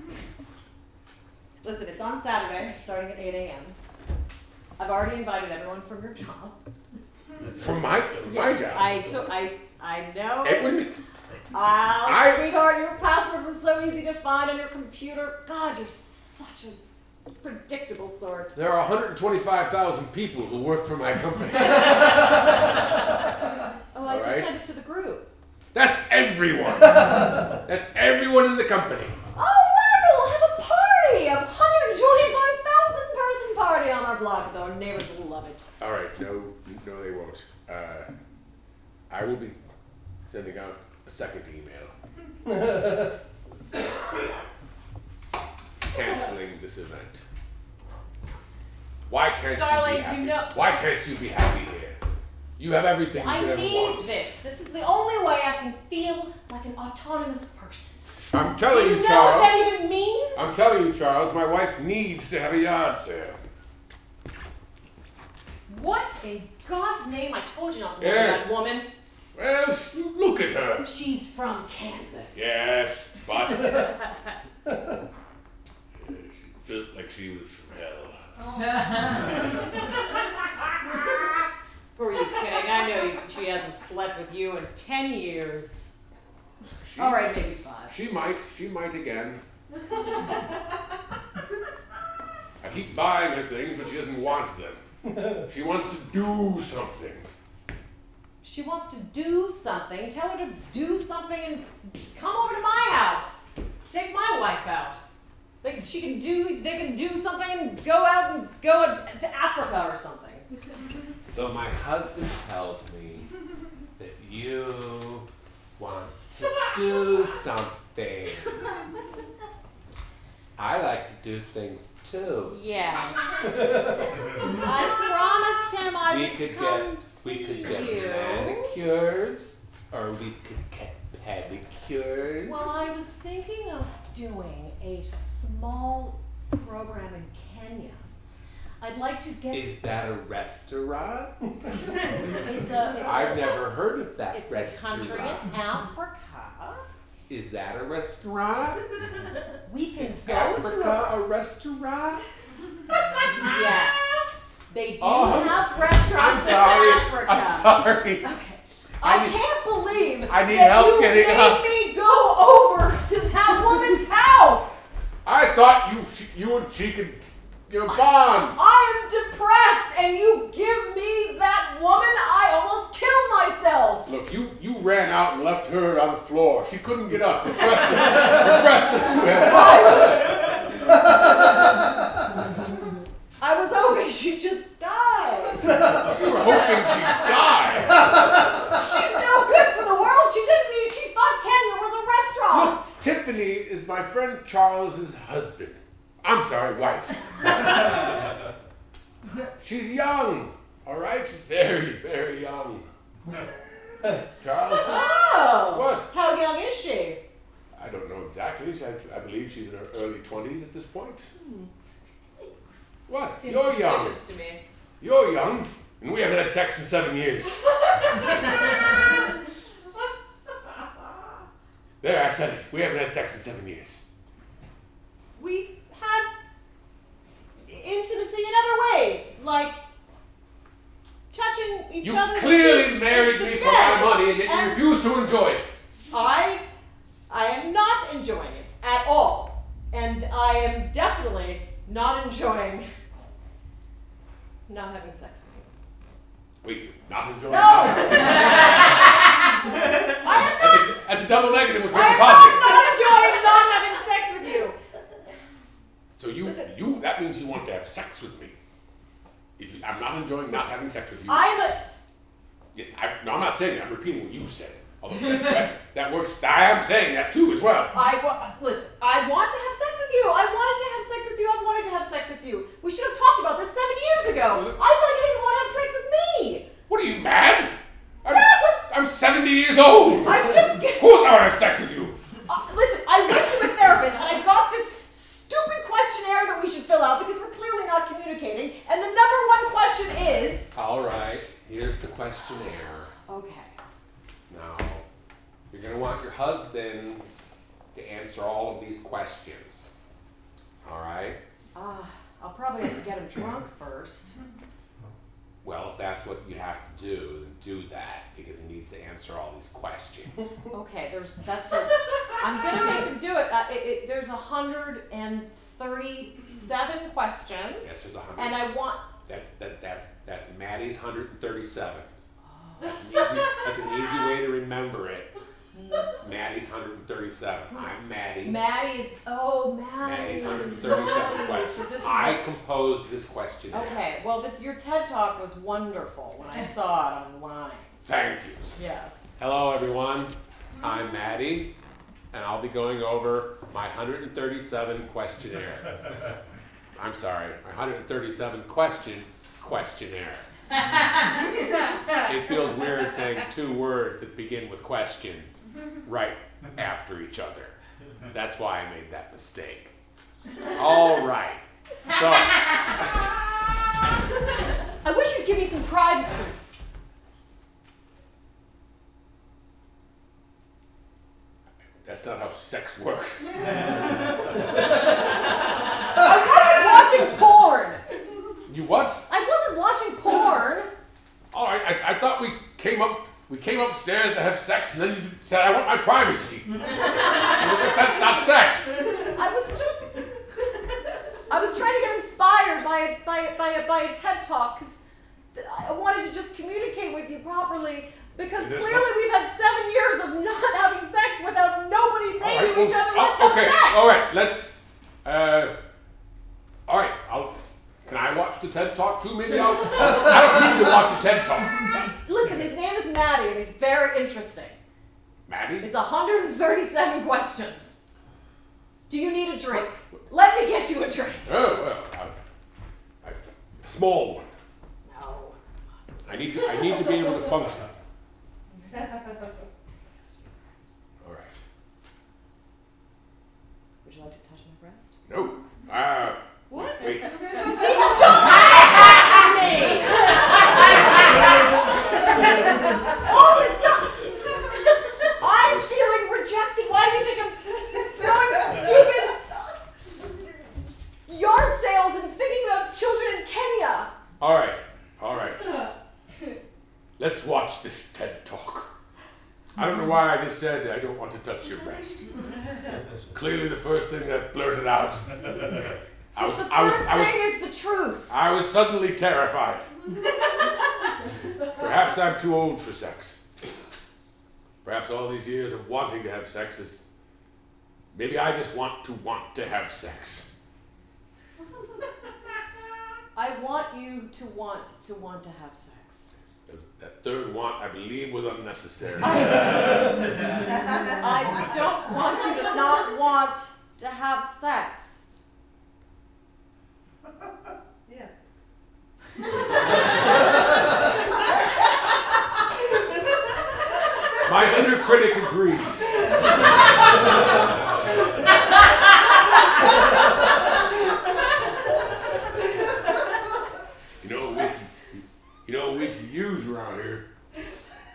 [LAUGHS] Listen, it's on Saturday, starting at eight AM. I've already invited everyone from your job.
From my, my
Yes,
job. Eh,
I took, I, s- I know.
It would be-
Ah,
I-
sweetheart, your password was so easy to find on your computer. God, you're such a predictable sort.
there are 125,000 people who work for my
[LAUGHS]
company.
Oh, I
All
just
right.
sent it to the group.
That's everyone. That's everyone in the company.
Oh, wonderful! We'll have a party, a 125,000 person party on our block, though. Our neighbors will love it.
All right, no, no, they won't. Uh, I will be sending out a second email
[COUGHS]
canceling this event. Why can't you
Darling,
be
you
happy?
know-
Why can't you be happy here? You have everything you could
I
ever
need
want.
this. This is the only way I can feel like an autonomous person.
I'm
Do
telling
you
you,
know what
Charles.
that even means?
I'm telling you, Charles. My wife needs to have a yard sale.
What in God's name? I told you not to look
Yes.
at that woman.
Well, s- look at her.
She's from Kansas.
Yes,
[LAUGHS]
but Yeah, she felt like she was from hell.
[LAUGHS] Were you kidding? I know you, she hasn't slept with you in 10 years.
She,
All right, maybe five.
She might. She might again. I keep buying her things, but she doesn't want them. She wants to do something.
She wants to do something. Tell her to do something and s- come over to my house. Take my wife out. They, she can do. They can do something and go out and go to Africa or something.
So my husband tells me that you want to do something. I like to do things too. [LAUGHS]
Yes. I promised him I
We
would
could
come
get
see
we could get
you.
manicures or we could get pedicures.
Well, I was thinking of doing a small program in Kenya. I'd like to get.
Is that a restaurant?
It's a. It's
I've
a,
never heard of that
It's a
restaurant.
country in Africa.
Is that a restaurant?
We can go to.
Africa, a restaurant?
Yes, they do
Oh.
have restaurants
I'm sorry.
in Africa.
I'm sorry.
I,
need-
can't believe
I need
that
help
you
getting
made
up.
me go over to that woman's house.
I thought you you and she could get a bond.
I am depressed, and you give me that woman. I almost kill myself.
Look, you you ran out and left her on the floor. She couldn't get up. Impressive. Impressive. You had
I was hoping [LAUGHS] she just died.
You were hoping she died.
She's no good for the world. She didn't mean. She thought Kenya was a restaurant.
Tiffany is my friend Charles's husband. I'm sorry, wife. She's young, all right? She's very, very young. Charles,
Oh.
What?
How young is she?
I don't know exactly. She- I, I believe she's in her early 20s at this point.
Hmm.
What? You're young.
to me.
You're young. And we haven't had sex in seven years. there, I said it. We haven't had sex in seven years.
We've had intimacy in other ways, like touching each
You
other's
clearly
cheeks
married
in
me
the
for my
bed,
money and yet you
and
refuse to enjoy it.
I, I am not enjoying it at all, and I am definitely not enjoying not having sex with you.
Wait, you're not enjoying
No!
it?
I am not
That's a- That's a double negative, which
I
makes a
am not,
positive.
not enjoying not having sex with you.
So you,
Listen.
you, that means you want to have sex with me. If you, I'm not enjoying not having sex with you.
I am a.
Yes, I, no, I'm not saying that. I'm repeating what you said. Although that, that, that works. I am saying that too as well.
I wa- listen. I want to have sex with you. I wanted to have sex with you. I wanted to have sex with you. We should have talked about this seven years ago. I thought you didn't want to have sex with me.
What are you mad? I'm,
Yes,
I'm 70 years old.
I'm just
Of
get-
course I want to have sex with you.
uh, listen. I went to a therapist and I got this stupid questionnaire that we should fill out because we're clearly not communicating. And the number one question is.
All right. Here's the questionnaire.
Okay.
Now, you're going to want your husband to answer all of these questions. All right?
Uh, I'll probably have to get him drunk first.
Well, if that's what you have to do, then do that because he needs to answer all these
[LAUGHS]
questions.
Okay, there's that's. A, I'm gonna make him do it. Uh, it, it there's a hundred and thirty-seven questions,
yes, there's a hundred.
and I want.
That's that, that's that's Maddie's 137th. That's an, easy, that's an easy way to remember it. Maddie's 137th. I'm Maddie.
Maddie's. Oh, Maddie.
Maddie's 137th question.
This is
I composed this question.
okay. Well, the, your TED talk was wonderful when I saw it online.
Thank you.
Yes.
Hello, everyone. I'm Maddie, and I'll be going over my 137 questionnaire. I'm sorry, my 137 question questionnaire. it feels weird saying two words that begin with question right after each other. That's why I made that mistake. All right. So,
I wish you'd give me some privacy.
that's not how sex works.
I wasn't watching porn.
You what?
I wasn't watching porn.
All right, I, I thought we came up. We came upstairs to have sex, and then you said, "I want my privacy." [LAUGHS] That's not sex.
I was just. I was trying to get inspired by a, by a, by a, by a TED talk because I wanted to just communicate with you properly because
Is it-
clearly we've had seven years of not having sex without nobody
All
saying
right,
to each
well,
other,
oh,
let's have
okay.
sex.
All right, let's. Uh, all right, I'll. Can I watch the TED Talk too? Maybe
[LAUGHS]
I'll. I don't need to watch a TED Talk.
Listen, his name is Maddie and he's very interesting.
Maddie,
It's 137 questions. Do you need a drink? Let me get you a drink.
oh well, I, I, a small one.
No.
I need. To, I need to be able to
[LAUGHS]
function. All right.
Would you like to touch my breast?
No. Uh,
What?
wait.
You see, you don't.
said, I don't want to touch your
[LAUGHS]
breast. It's clearly the first thing that blurted out. I was,
The first
I was, I was,
thing is the truth.
I was suddenly terrified. Perhaps I'm too old for sex. Perhaps all these years of wanting to have sex is. Maybe I just want to want to have sex.
I want you to want to want to have sex.
That- That third want, I believe, was unnecessary.
I don't want you to not want to have sex.
Yeah.
My inner critic agrees. you know what we, you know what we could use around here.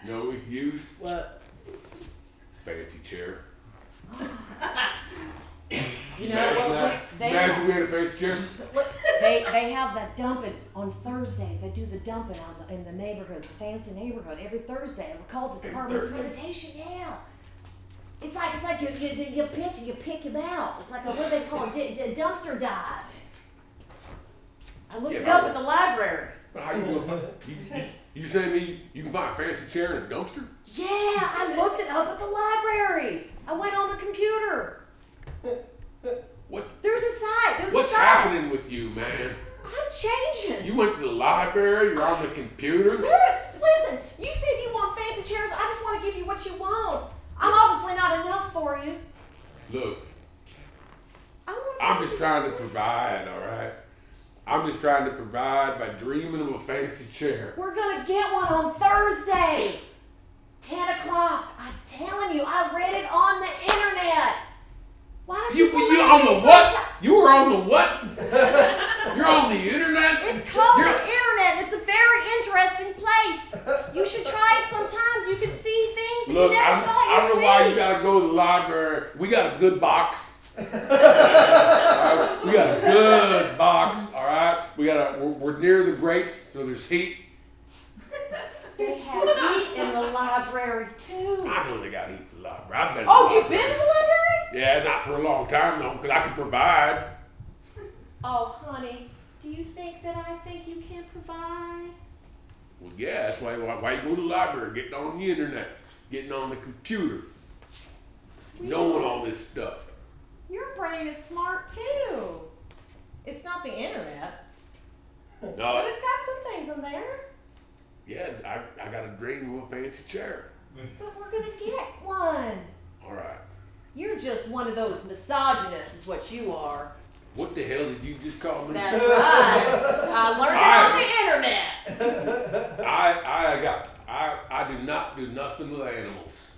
You know what we could use
What?
fancy chair.
You know
Imagine
what?
that. Imagine
They,
we had a fancy chair.
They, they have that dumping on Thursday. They do the dumping on the, in the neighborhood, the fancy neighborhood, every Thursday. And we call it the Department of
Thursday.
Sanitation. Yeah. It's like it's like you you, you pitch and you pick him out. It's like a, what do they call it? D- d- dumpster dive. I looked it
Yeah.
up at the library.
But how you gonna find? You, you, you say to me you can find a fancy chair in a dumpster?
Yeah,
[LAUGHS]
I looked it up at the library. I went on the computer.
What?
There's a site. There's
What's
a site.
happening with you, man?
I'm changing.
You went to the library. You're on the computer.
listen, you said you want fancy chairs. I just want to give you what you want. I'm obviously not enough for you.
Look,
I want
I'm
fancy
just trying to provide, all right? I'm just trying to provide by dreaming of a fancy chair.
We're gonna get one on Thursday.
10 o'clock. I'm telling you, I read it on the internet. Why don't
You, you
you, believe
on
me
the what? You were on the what? You're on the internet?
It's called
You're-
the internet. It's a very interesting place. You should try it sometimes. You can see things that
Look,
you never
I'm,
thought you'd
I don't know why
see.
you gotta go to the library. We got a good box. Alright, we got a good box, all right? We got a, we're, we're near the grates, so there's heat.
They have meat in the library too.
I know they got heat in the library. I've been to
Oh,
the
you've
library.
been to the library?
Yeah, not for a long time though, because I can provide.
Oh, honey, do you think that I think you can provide?
Well, yeah, that's why, why, why you go to the library, getting on the internet, getting on the computer, knowing all this stuff.
[LAUGHS] Your brain is smart too. It's not the internet, but
No,
it's got some things in there.
yeah, I, I got a dream of a fancy chair.
But we're gonna get one.
All right.
You're just one of those misogynists, is what you are.
What the hell did you just call me? [LAUGHS]
That's right. I learned it on the internet.
I, I got, I, I do not do nothing with
[LAUGHS]
animals.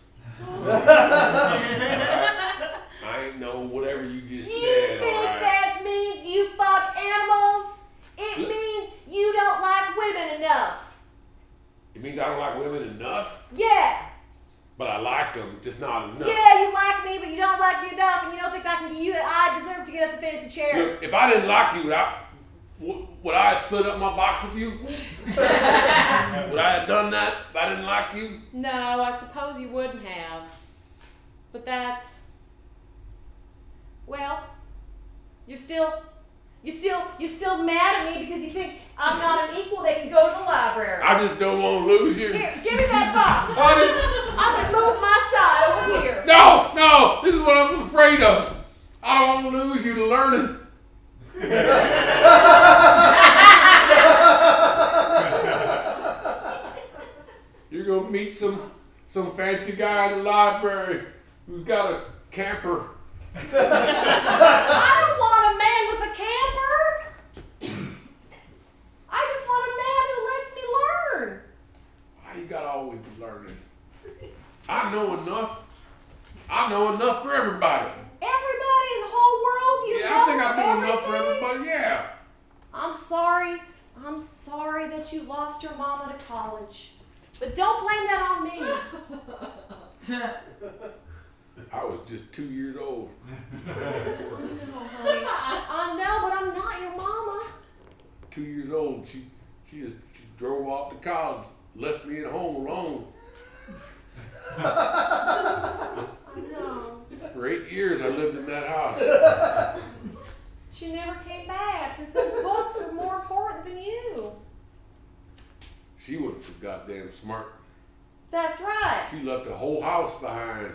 I ain't know whatever you just
You
said,
think
all right?
that means you fuck animals? It
Look.
means you don't like women enough.
it means I don't like women enough,
Yeah.
but I like them, just not enough.
Yeah, you like me, but you don't like me enough, and you don't think I can you. I deserve to get us a fancy chair.
Look, if I didn't like you, would I, would would I have split up my box with you? would I have done that if I didn't like you?
No, I suppose you wouldn't have. But that's. Well, you're still. You're still. You're still mad at me because you think I'm not an equal that can go to the library.
I just don't want to lose you.
Here, give me that box.
I just-
I'm gonna move my side over here.
no, no, this is what I'm afraid of. I don't want to lose you to learning. You're gonna meet some some fancy guy in the library who's got a camper.
I don't want a man with a camper. I just want a man who lets me learn.
Why you gotta always be learning? I know enough. I know enough for everybody.
Everybody in the whole world, you
Yeah,
know
I think I know enough for
everything.
everybody. Yeah.
I'm sorry. I'm sorry that you lost your mama to college. But don't blame that on me.
I was just two years old.
I know, but I'm not your mama.
Two years old. She
[LAUGHS]
she just she drove off to college, left me at home alone.
No.
For eight years, I lived in that house.
She never came back because those books were more important than you.
She was so goddamn smart.
That's right.
She left the whole house behind.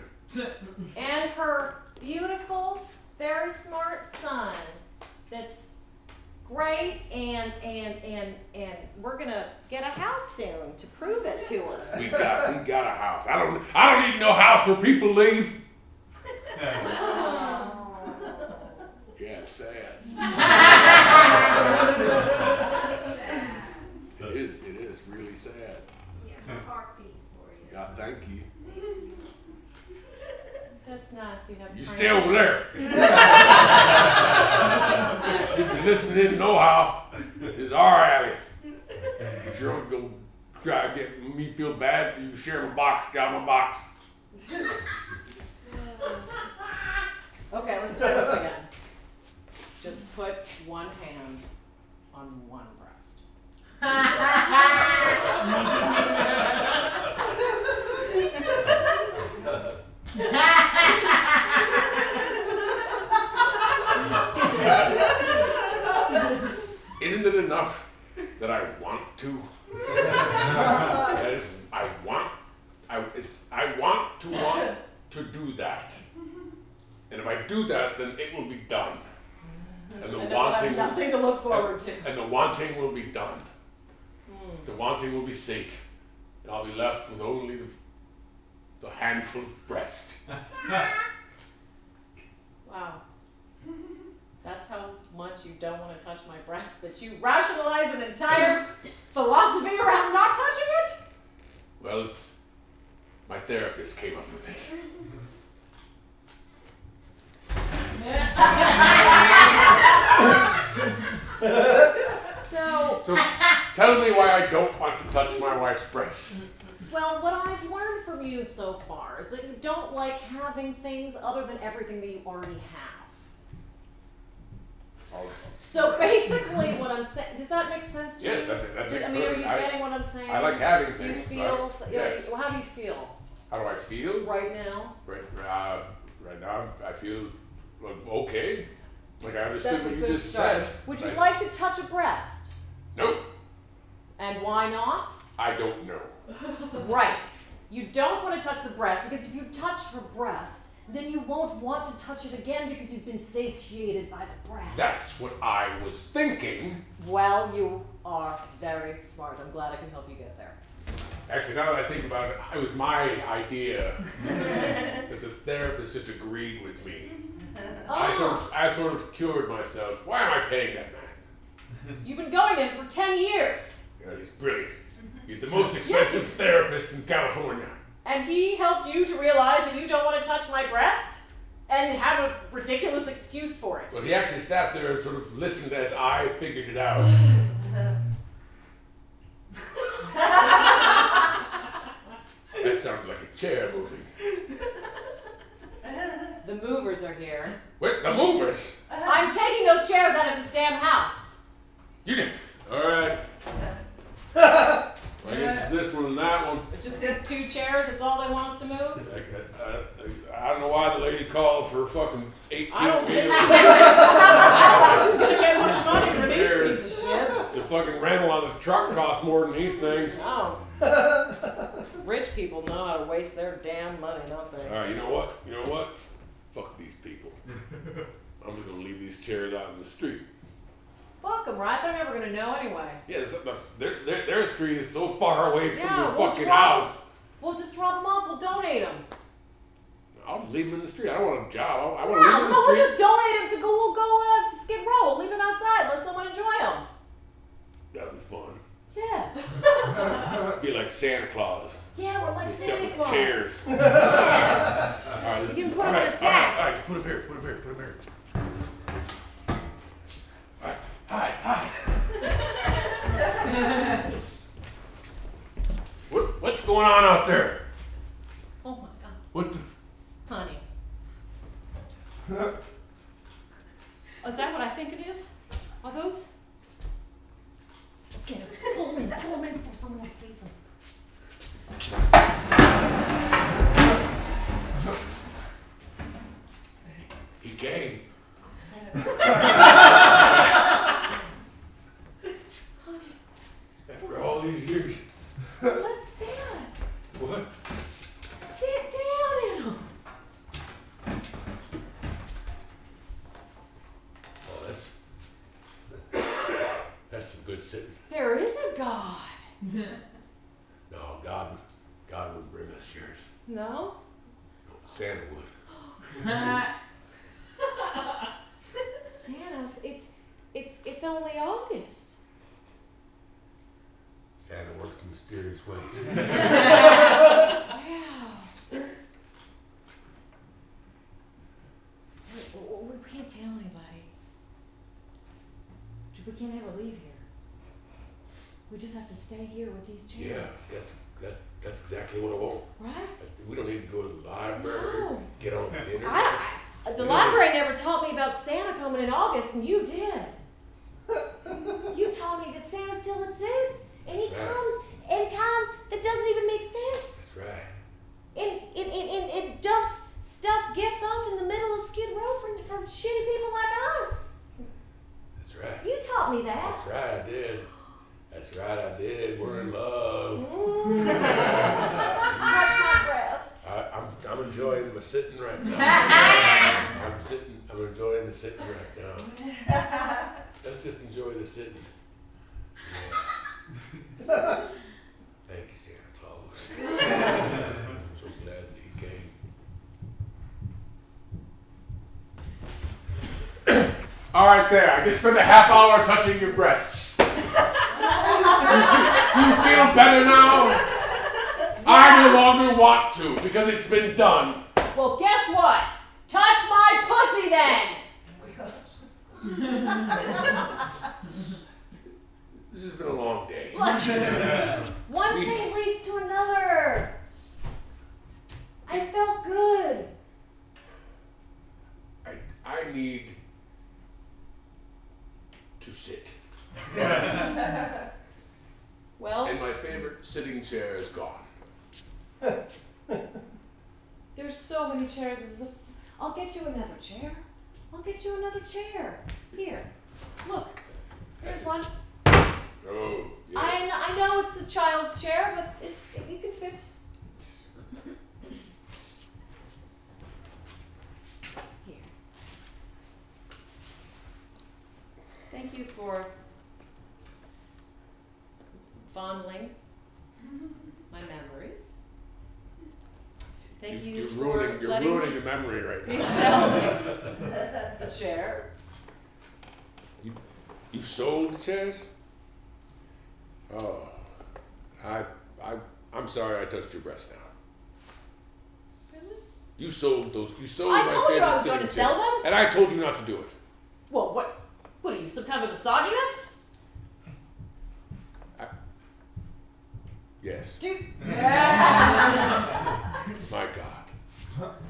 And her beautiful, very smart son. That's great and and and and we're gonna get a house soon to prove it to her.
We got, we got a house. I don't, I don't need no house where people leave. Yeah, it's sad. it is, it is really sad.
Yeah, park fees for you.
God, thank you.
That's nice, you have
You
friends.
stay over there. if you listen to know how, it's our alley. But you don't go try to get me feel bad for you share my box, got my box.
Okay, let's try this again. Just put one hand on one breast.
Isn't it enough that I want to? that is, I want, I, it's, I want to want to do that. And if I do that, then it will be done. And the
And then we'll have
wanting will
nothing to look forward to.
[LAUGHS] And the wanting will be done. The wanting will be sate. And I'll be left with only the, the handful of breast.
Wow. That's how much you don't want to touch my breast that you rationalize an entire philosophy around not touching it?
Well, it's, my therapist came up with it.
So
So tell me why I don't want to touch my wife's breast.
well what I've learned from you so far is that you don't like having things other than everything that you already have. So basically what I'm saying does that make sense to
Yes,
you?
that- that
Do-
makes
I mean, are
perfect-
you
I-
getting what I'm saying?
I like having
Do you
things,
feel?
right?
you know,
Yes.
well, How do you feel
How do I feel?
right now?
Right, uh, right now, I feel like, okay. Like I understood
That's a
what you
good
just
start.
said.
Would you
I-
like to touch a breast?
Nope,
And why
[LAUGHS]
not?
I don't know.
right. You don't want to touch the breast because if you touch her breast, then you won't want to touch it again because you've been satiated by the breast.
That's what I was thinking.
well, you are very smart. I'm glad I can help you get there.
Actually, now that I think about it, it was my
[LAUGHS]
idea that the therapist just agreed with me.
Oh,
I, sort of, I sort of cured myself. Why am I paying that man?
You've been going in for 10 years.
You know, he's brilliant.
Mm-hmm.
He's the most expensive therapist in California.
And he helped you to realize that you don't want to touch my breast and have a ridiculous excuse for it.
Well, he actually sat there and sort of listened as I figured it out. [LAUGHS] that sounded like a chair moving.
The movers are here.
Wait, the movers?
I'm taking those chairs out of this damn house.
You did. All [LAUGHS] right. I guess it's this one and that one.
It's just these two chairs, it's all they want us to move?
I, I, I, I don't know why the lady called for fucking 18
I don't think
wheels.
[LAUGHS]
she's gonna get much money for
Chairs.
these pieces of
[LAUGHS]
shit.
the fucking rental on the truck costs more than these things.
Oh. Rich people know how to waste their damn money, don't they?
All right, you know what? You know what? Fuck these people. I'm just gonna leave these chairs out in the street.
Fuck them, right? They're never gonna know anyway.
Yeah, that's, that's, their, their, their street is so far away from
Yeah,
their
we'll
fucking
drop-
house.
We'll just drop them off. We'll donate them.
I'll just leave them in the street. I don't want a job. I, I want to leave them in
Yeah,
the
well, we'll
street.
just donate them to go. We'll go uh, to Skid Row. We'll leave them outside. Let someone enjoy them.
That'd be fun.
Yeah.
[LAUGHS] Be like Santa Claus.
Yeah, we're like
Except
Santa
with
Claus.
chairs. all right, let's
You can
do-
put 'em in
all
a
right,
sack.
All right, all right, just put them here. Put them here. Put them here. All right. Hi, hi. what, what's going on out there?
Oh my God,
What the? [LAUGHS]
honey. Is that what I think it is? Are those?
Get him.
[LAUGHS]
Pull him in. Pull him in before someone else sees him.
Oh, that's some good sitting.
There is a God.
No, God, God would bring us yours.
No?
Santa would.
Santa's it's it's it's only August.
Santa works in mysterious ways.
We, we- we can't tell anybody. We can't ever leave here. We just have to stay here with these children.
yeah, that's that's that's exactly what I want.
Right?
That's- We don't need to go to the library.
No.
Get on the internet.
I, I, the library never taught me about Santa coming in August, and you did.
You told me that Santa still exists, and he
Right.
comes in times that doesn't even make sense,
That's right.
and and, and, and, and dumps stuff, gifts off in the middle of Skid Row for, for shitty people like us.
That's right.
You taught me that. [LAUGHS]
That's right. I did. That's right. I did. We're in love.
Touch my breast.
I, I'm, I'm enjoying my sitting right now. I'm sitting. I'm enjoying the sitting right now. Let's just enjoy the sitting. Yeah. Thank you, Santa Claus. I'm so glad that you came. [COUGHS] All right, there. I just spent a half hour touching your breasts. [LAUGHS] do, you feel, do you feel better now? I no longer want to because it's been done.
Well, guess what? Touch my pussy then!
This has been a long day. [LAUGHS]
One
We-
thing leads to another. I felt good.
I, I need to sit.
Well,
And my favorite sitting chair is gone.
there's so many chairs. This is a f- I'll get you another chair. I'll get you another chair. Here, look. Here's one.
Oh,
I,
yes.
kn- I know it's a child's chair, but it's you can fit. Here. Thank you for fondling my memories. Thank you,
you, are
for
ruining, you're
letting
ruining the memory right
me
now. [LAUGHS]
sell a chair.
You sold the chairs? Oh, I, I, I'm sorry I touched your breast now. You sold those. You sold.
I
my
told you I
favorite
was going to
sitting chair.
sell them.
And I told you not to do it.
Well, what? What are you, some kind of a misogynist?
Yes. My God.
[LAUGHS]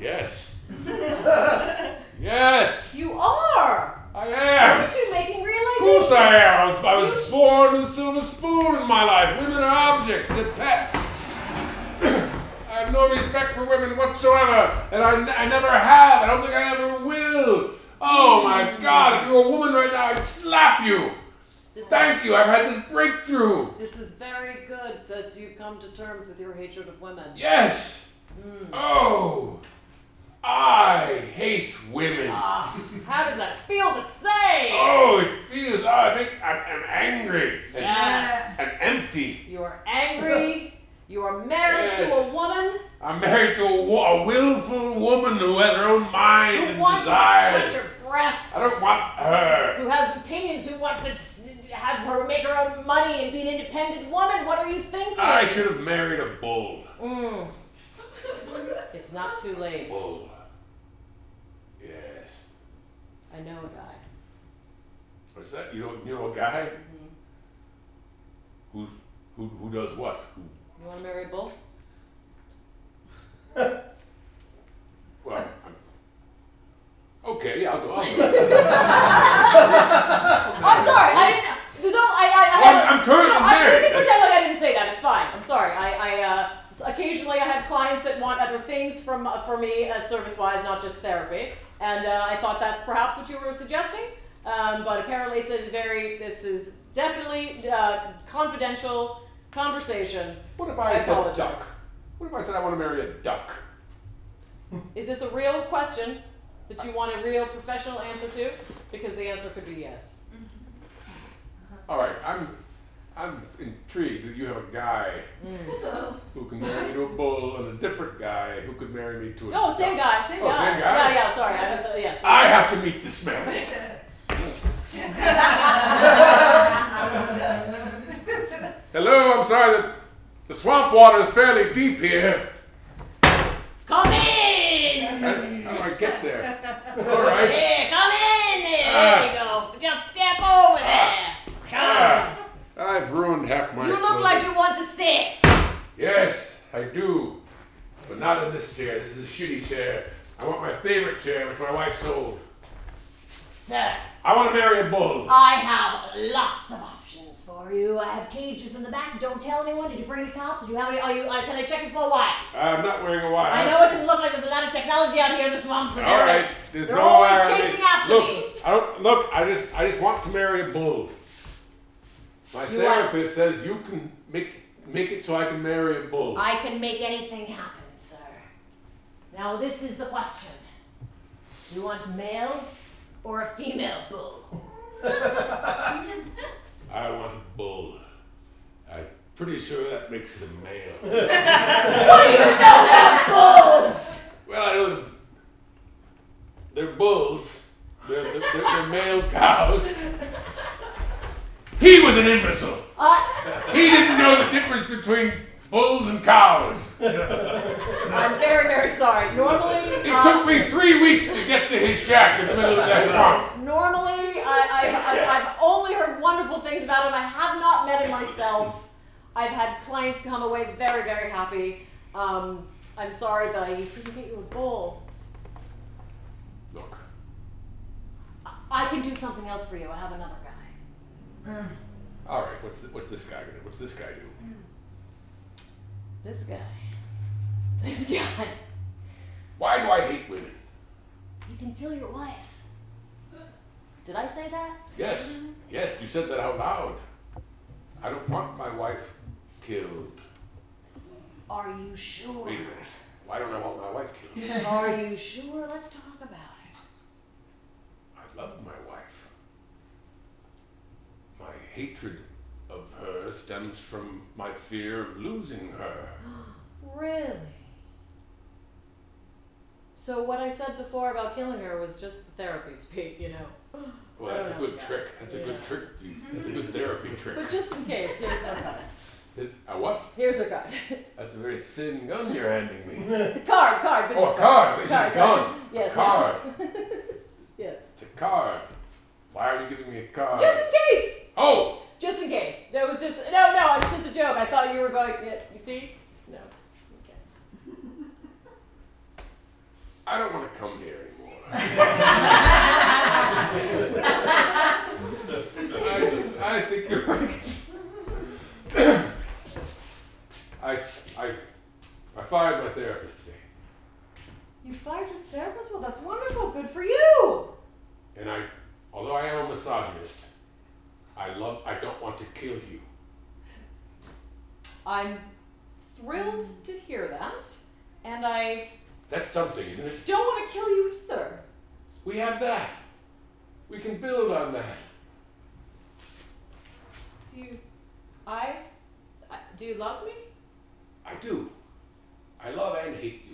Yes. [LAUGHS] yes.
You are.
I am.
Aren't you making
Of
realizations?
course I am. I was, I was born with a silver spoon in my life. Women are objects. They're pets. [CLEARS THROAT] I have no respect for women whatsoever, and I, I never have. I don't think I ever will. Oh my God! If you were a woman right now, I'd slap you.
This is-
Thank you. I've had this breakthrough.
This is very good that you've come to terms with your hatred of women.
Yes.
Hmm.
Oh, I hate women.
Ah. How does that feel to say?
Oh, it feels. Oh, I think I'm, I'm angry and,
Yes.
and empty.
You are angry. You are married to
Yes.
a woman
I'm married to a, wo- a willful woman who has her own mind
who
and
wants to touch
desires.
your breasts.
I don't want her.
who has opinions, who wants to s- have her make her own money and be an independent woman. What are you thinking?
I should have married a bull.
Mm. it's not too late.
Bull. Yes.
I know a guy.
What's that? You know, you know a guy
Mm-hmm.
who, who, who does what? Who,
You want to marry a bull? [LAUGHS]
Well, I'm, okay, I'll go. I'll
[LAUGHS]
go.
I'm sorry. I didn't. There's no. I. I. I
Well, I'm- I'm currently
no, I, you
married.
can pretend like I didn't say that. It's fine. I'm sorry. I. I. Uh, s- occasionally, I have clients that want other things from uh, for me, uh, service-wise, not just therapy. And uh, I thought that's perhaps what you were suggesting. Um, but apparently, it's a very. This is definitely uh, confidential conversation.
What if
I
I said
apologize.
duck? What if I said I want to marry a duck?
Is this a real question that you want a real professional answer to? Because the answer could be yes.
All right, I'm, I'm intrigued that you have a guy
Mm.
who can marry me to a bull and a different guy who could marry me to a.
No, same guy, same
Oh,
guy.
same guy?
Yeah, yeah. Sorry, I was, uh, yes.
I have to meet this man. Hello, I'm sorry that the swamp water is fairly deep here.
Come in.
How how do I get there? All right.
Yeah, come in. There, there you go. Just step over there. Come.
Ah, I've ruined half my.
You look
clothing.
like you want to sit.
Yes, I do. But not in this chair. This is a shitty chair. I want my favorite chair, which my wife sold.
Sir,
I want to marry a bull.
I have lots of
Options for you. I have cages in the back. Don't tell anyone. Did you bring the cops? Did you have any? Are you? Uh, can I check you for a while?
I'm not wearing a wire.
I know it doesn't look like there's a lot of technology out here in the swamp, but
Ah. All
there
right.
is.
There's
They're
no
always
irony.
chasing after
look,
me.
I don't look. I just I just want to marry a bull. My
You want-
therapist says you can make make it so I can marry a bull.
I can make anything happen, sir. Now, this is the question Do you want a male or a female bull?
I want a bull. I'm pretty sure that makes it a male.
Bulls!
well, I don't. They're bulls. They're, they're, they're, they're male cows. He was an imbecile.
I,
He didn't know the difference between bulls and cows.
I'm very, very sorry. Normally,
It
uh,
took me three weeks to get to his shack in the middle of that swamp.
normally I, I, I, I've only heard wonderful things about him. I have not met him myself. I've had clients come away very, very happy. Um, I'm sorry that I couldn't get you a bull.
Look,
I can do something else for you. I have another guy.
all right. What's th- what's this guy gonna? What's this guy do?
This guy. This guy.
Why do I hate women?
You can kill your wife. Did I say that?
Yes, yes. You said that out loud. I don't want my wife killed.
Are you sure?
Wait a minute. Why don't I want my wife killed?
Are you sure? Let's talk about it.
I love my wife. My hatred of her stems from my fear of losing her.
Really? So what I said before about killing her was just therapy speak, you know.
Well,
I
that's a
don't know,
good
Oh, yeah.
trick. That's a good
Yeah. Mm-hmm.
trick. You, that's a good therapy trick.
But just in case, here's our card.
Is, I what?
Here's our card.
That's a very thin gun you're handing me.
[LAUGHS] The [LAUGHS] card, card.
oh, a
business
card. It's a
Card,
gun.
sorry.
A
Yes.
card.
Yes. [LAUGHS]
It's a card. Why are you giving me a card?
Just in case.
oh,
Just in case. That was just no, no. It's just a joke. I thought you were going. Yeah, you see? No. [LAUGHS] Okay.
I don't want to come here anymore. I, I think you're right. [COUGHS] I, I, I fired my therapist today,
You fired your therapist? Well, that's wonderful. Good for you.
and I, although I am a misogynist, I love. I don't want to kill you.
I'm thrilled to hear that, and I
That's something, isn't it?
don't want to kill you either.
We have that. We can build on that.
Do you? I. I do you love me?
I do. I love and hate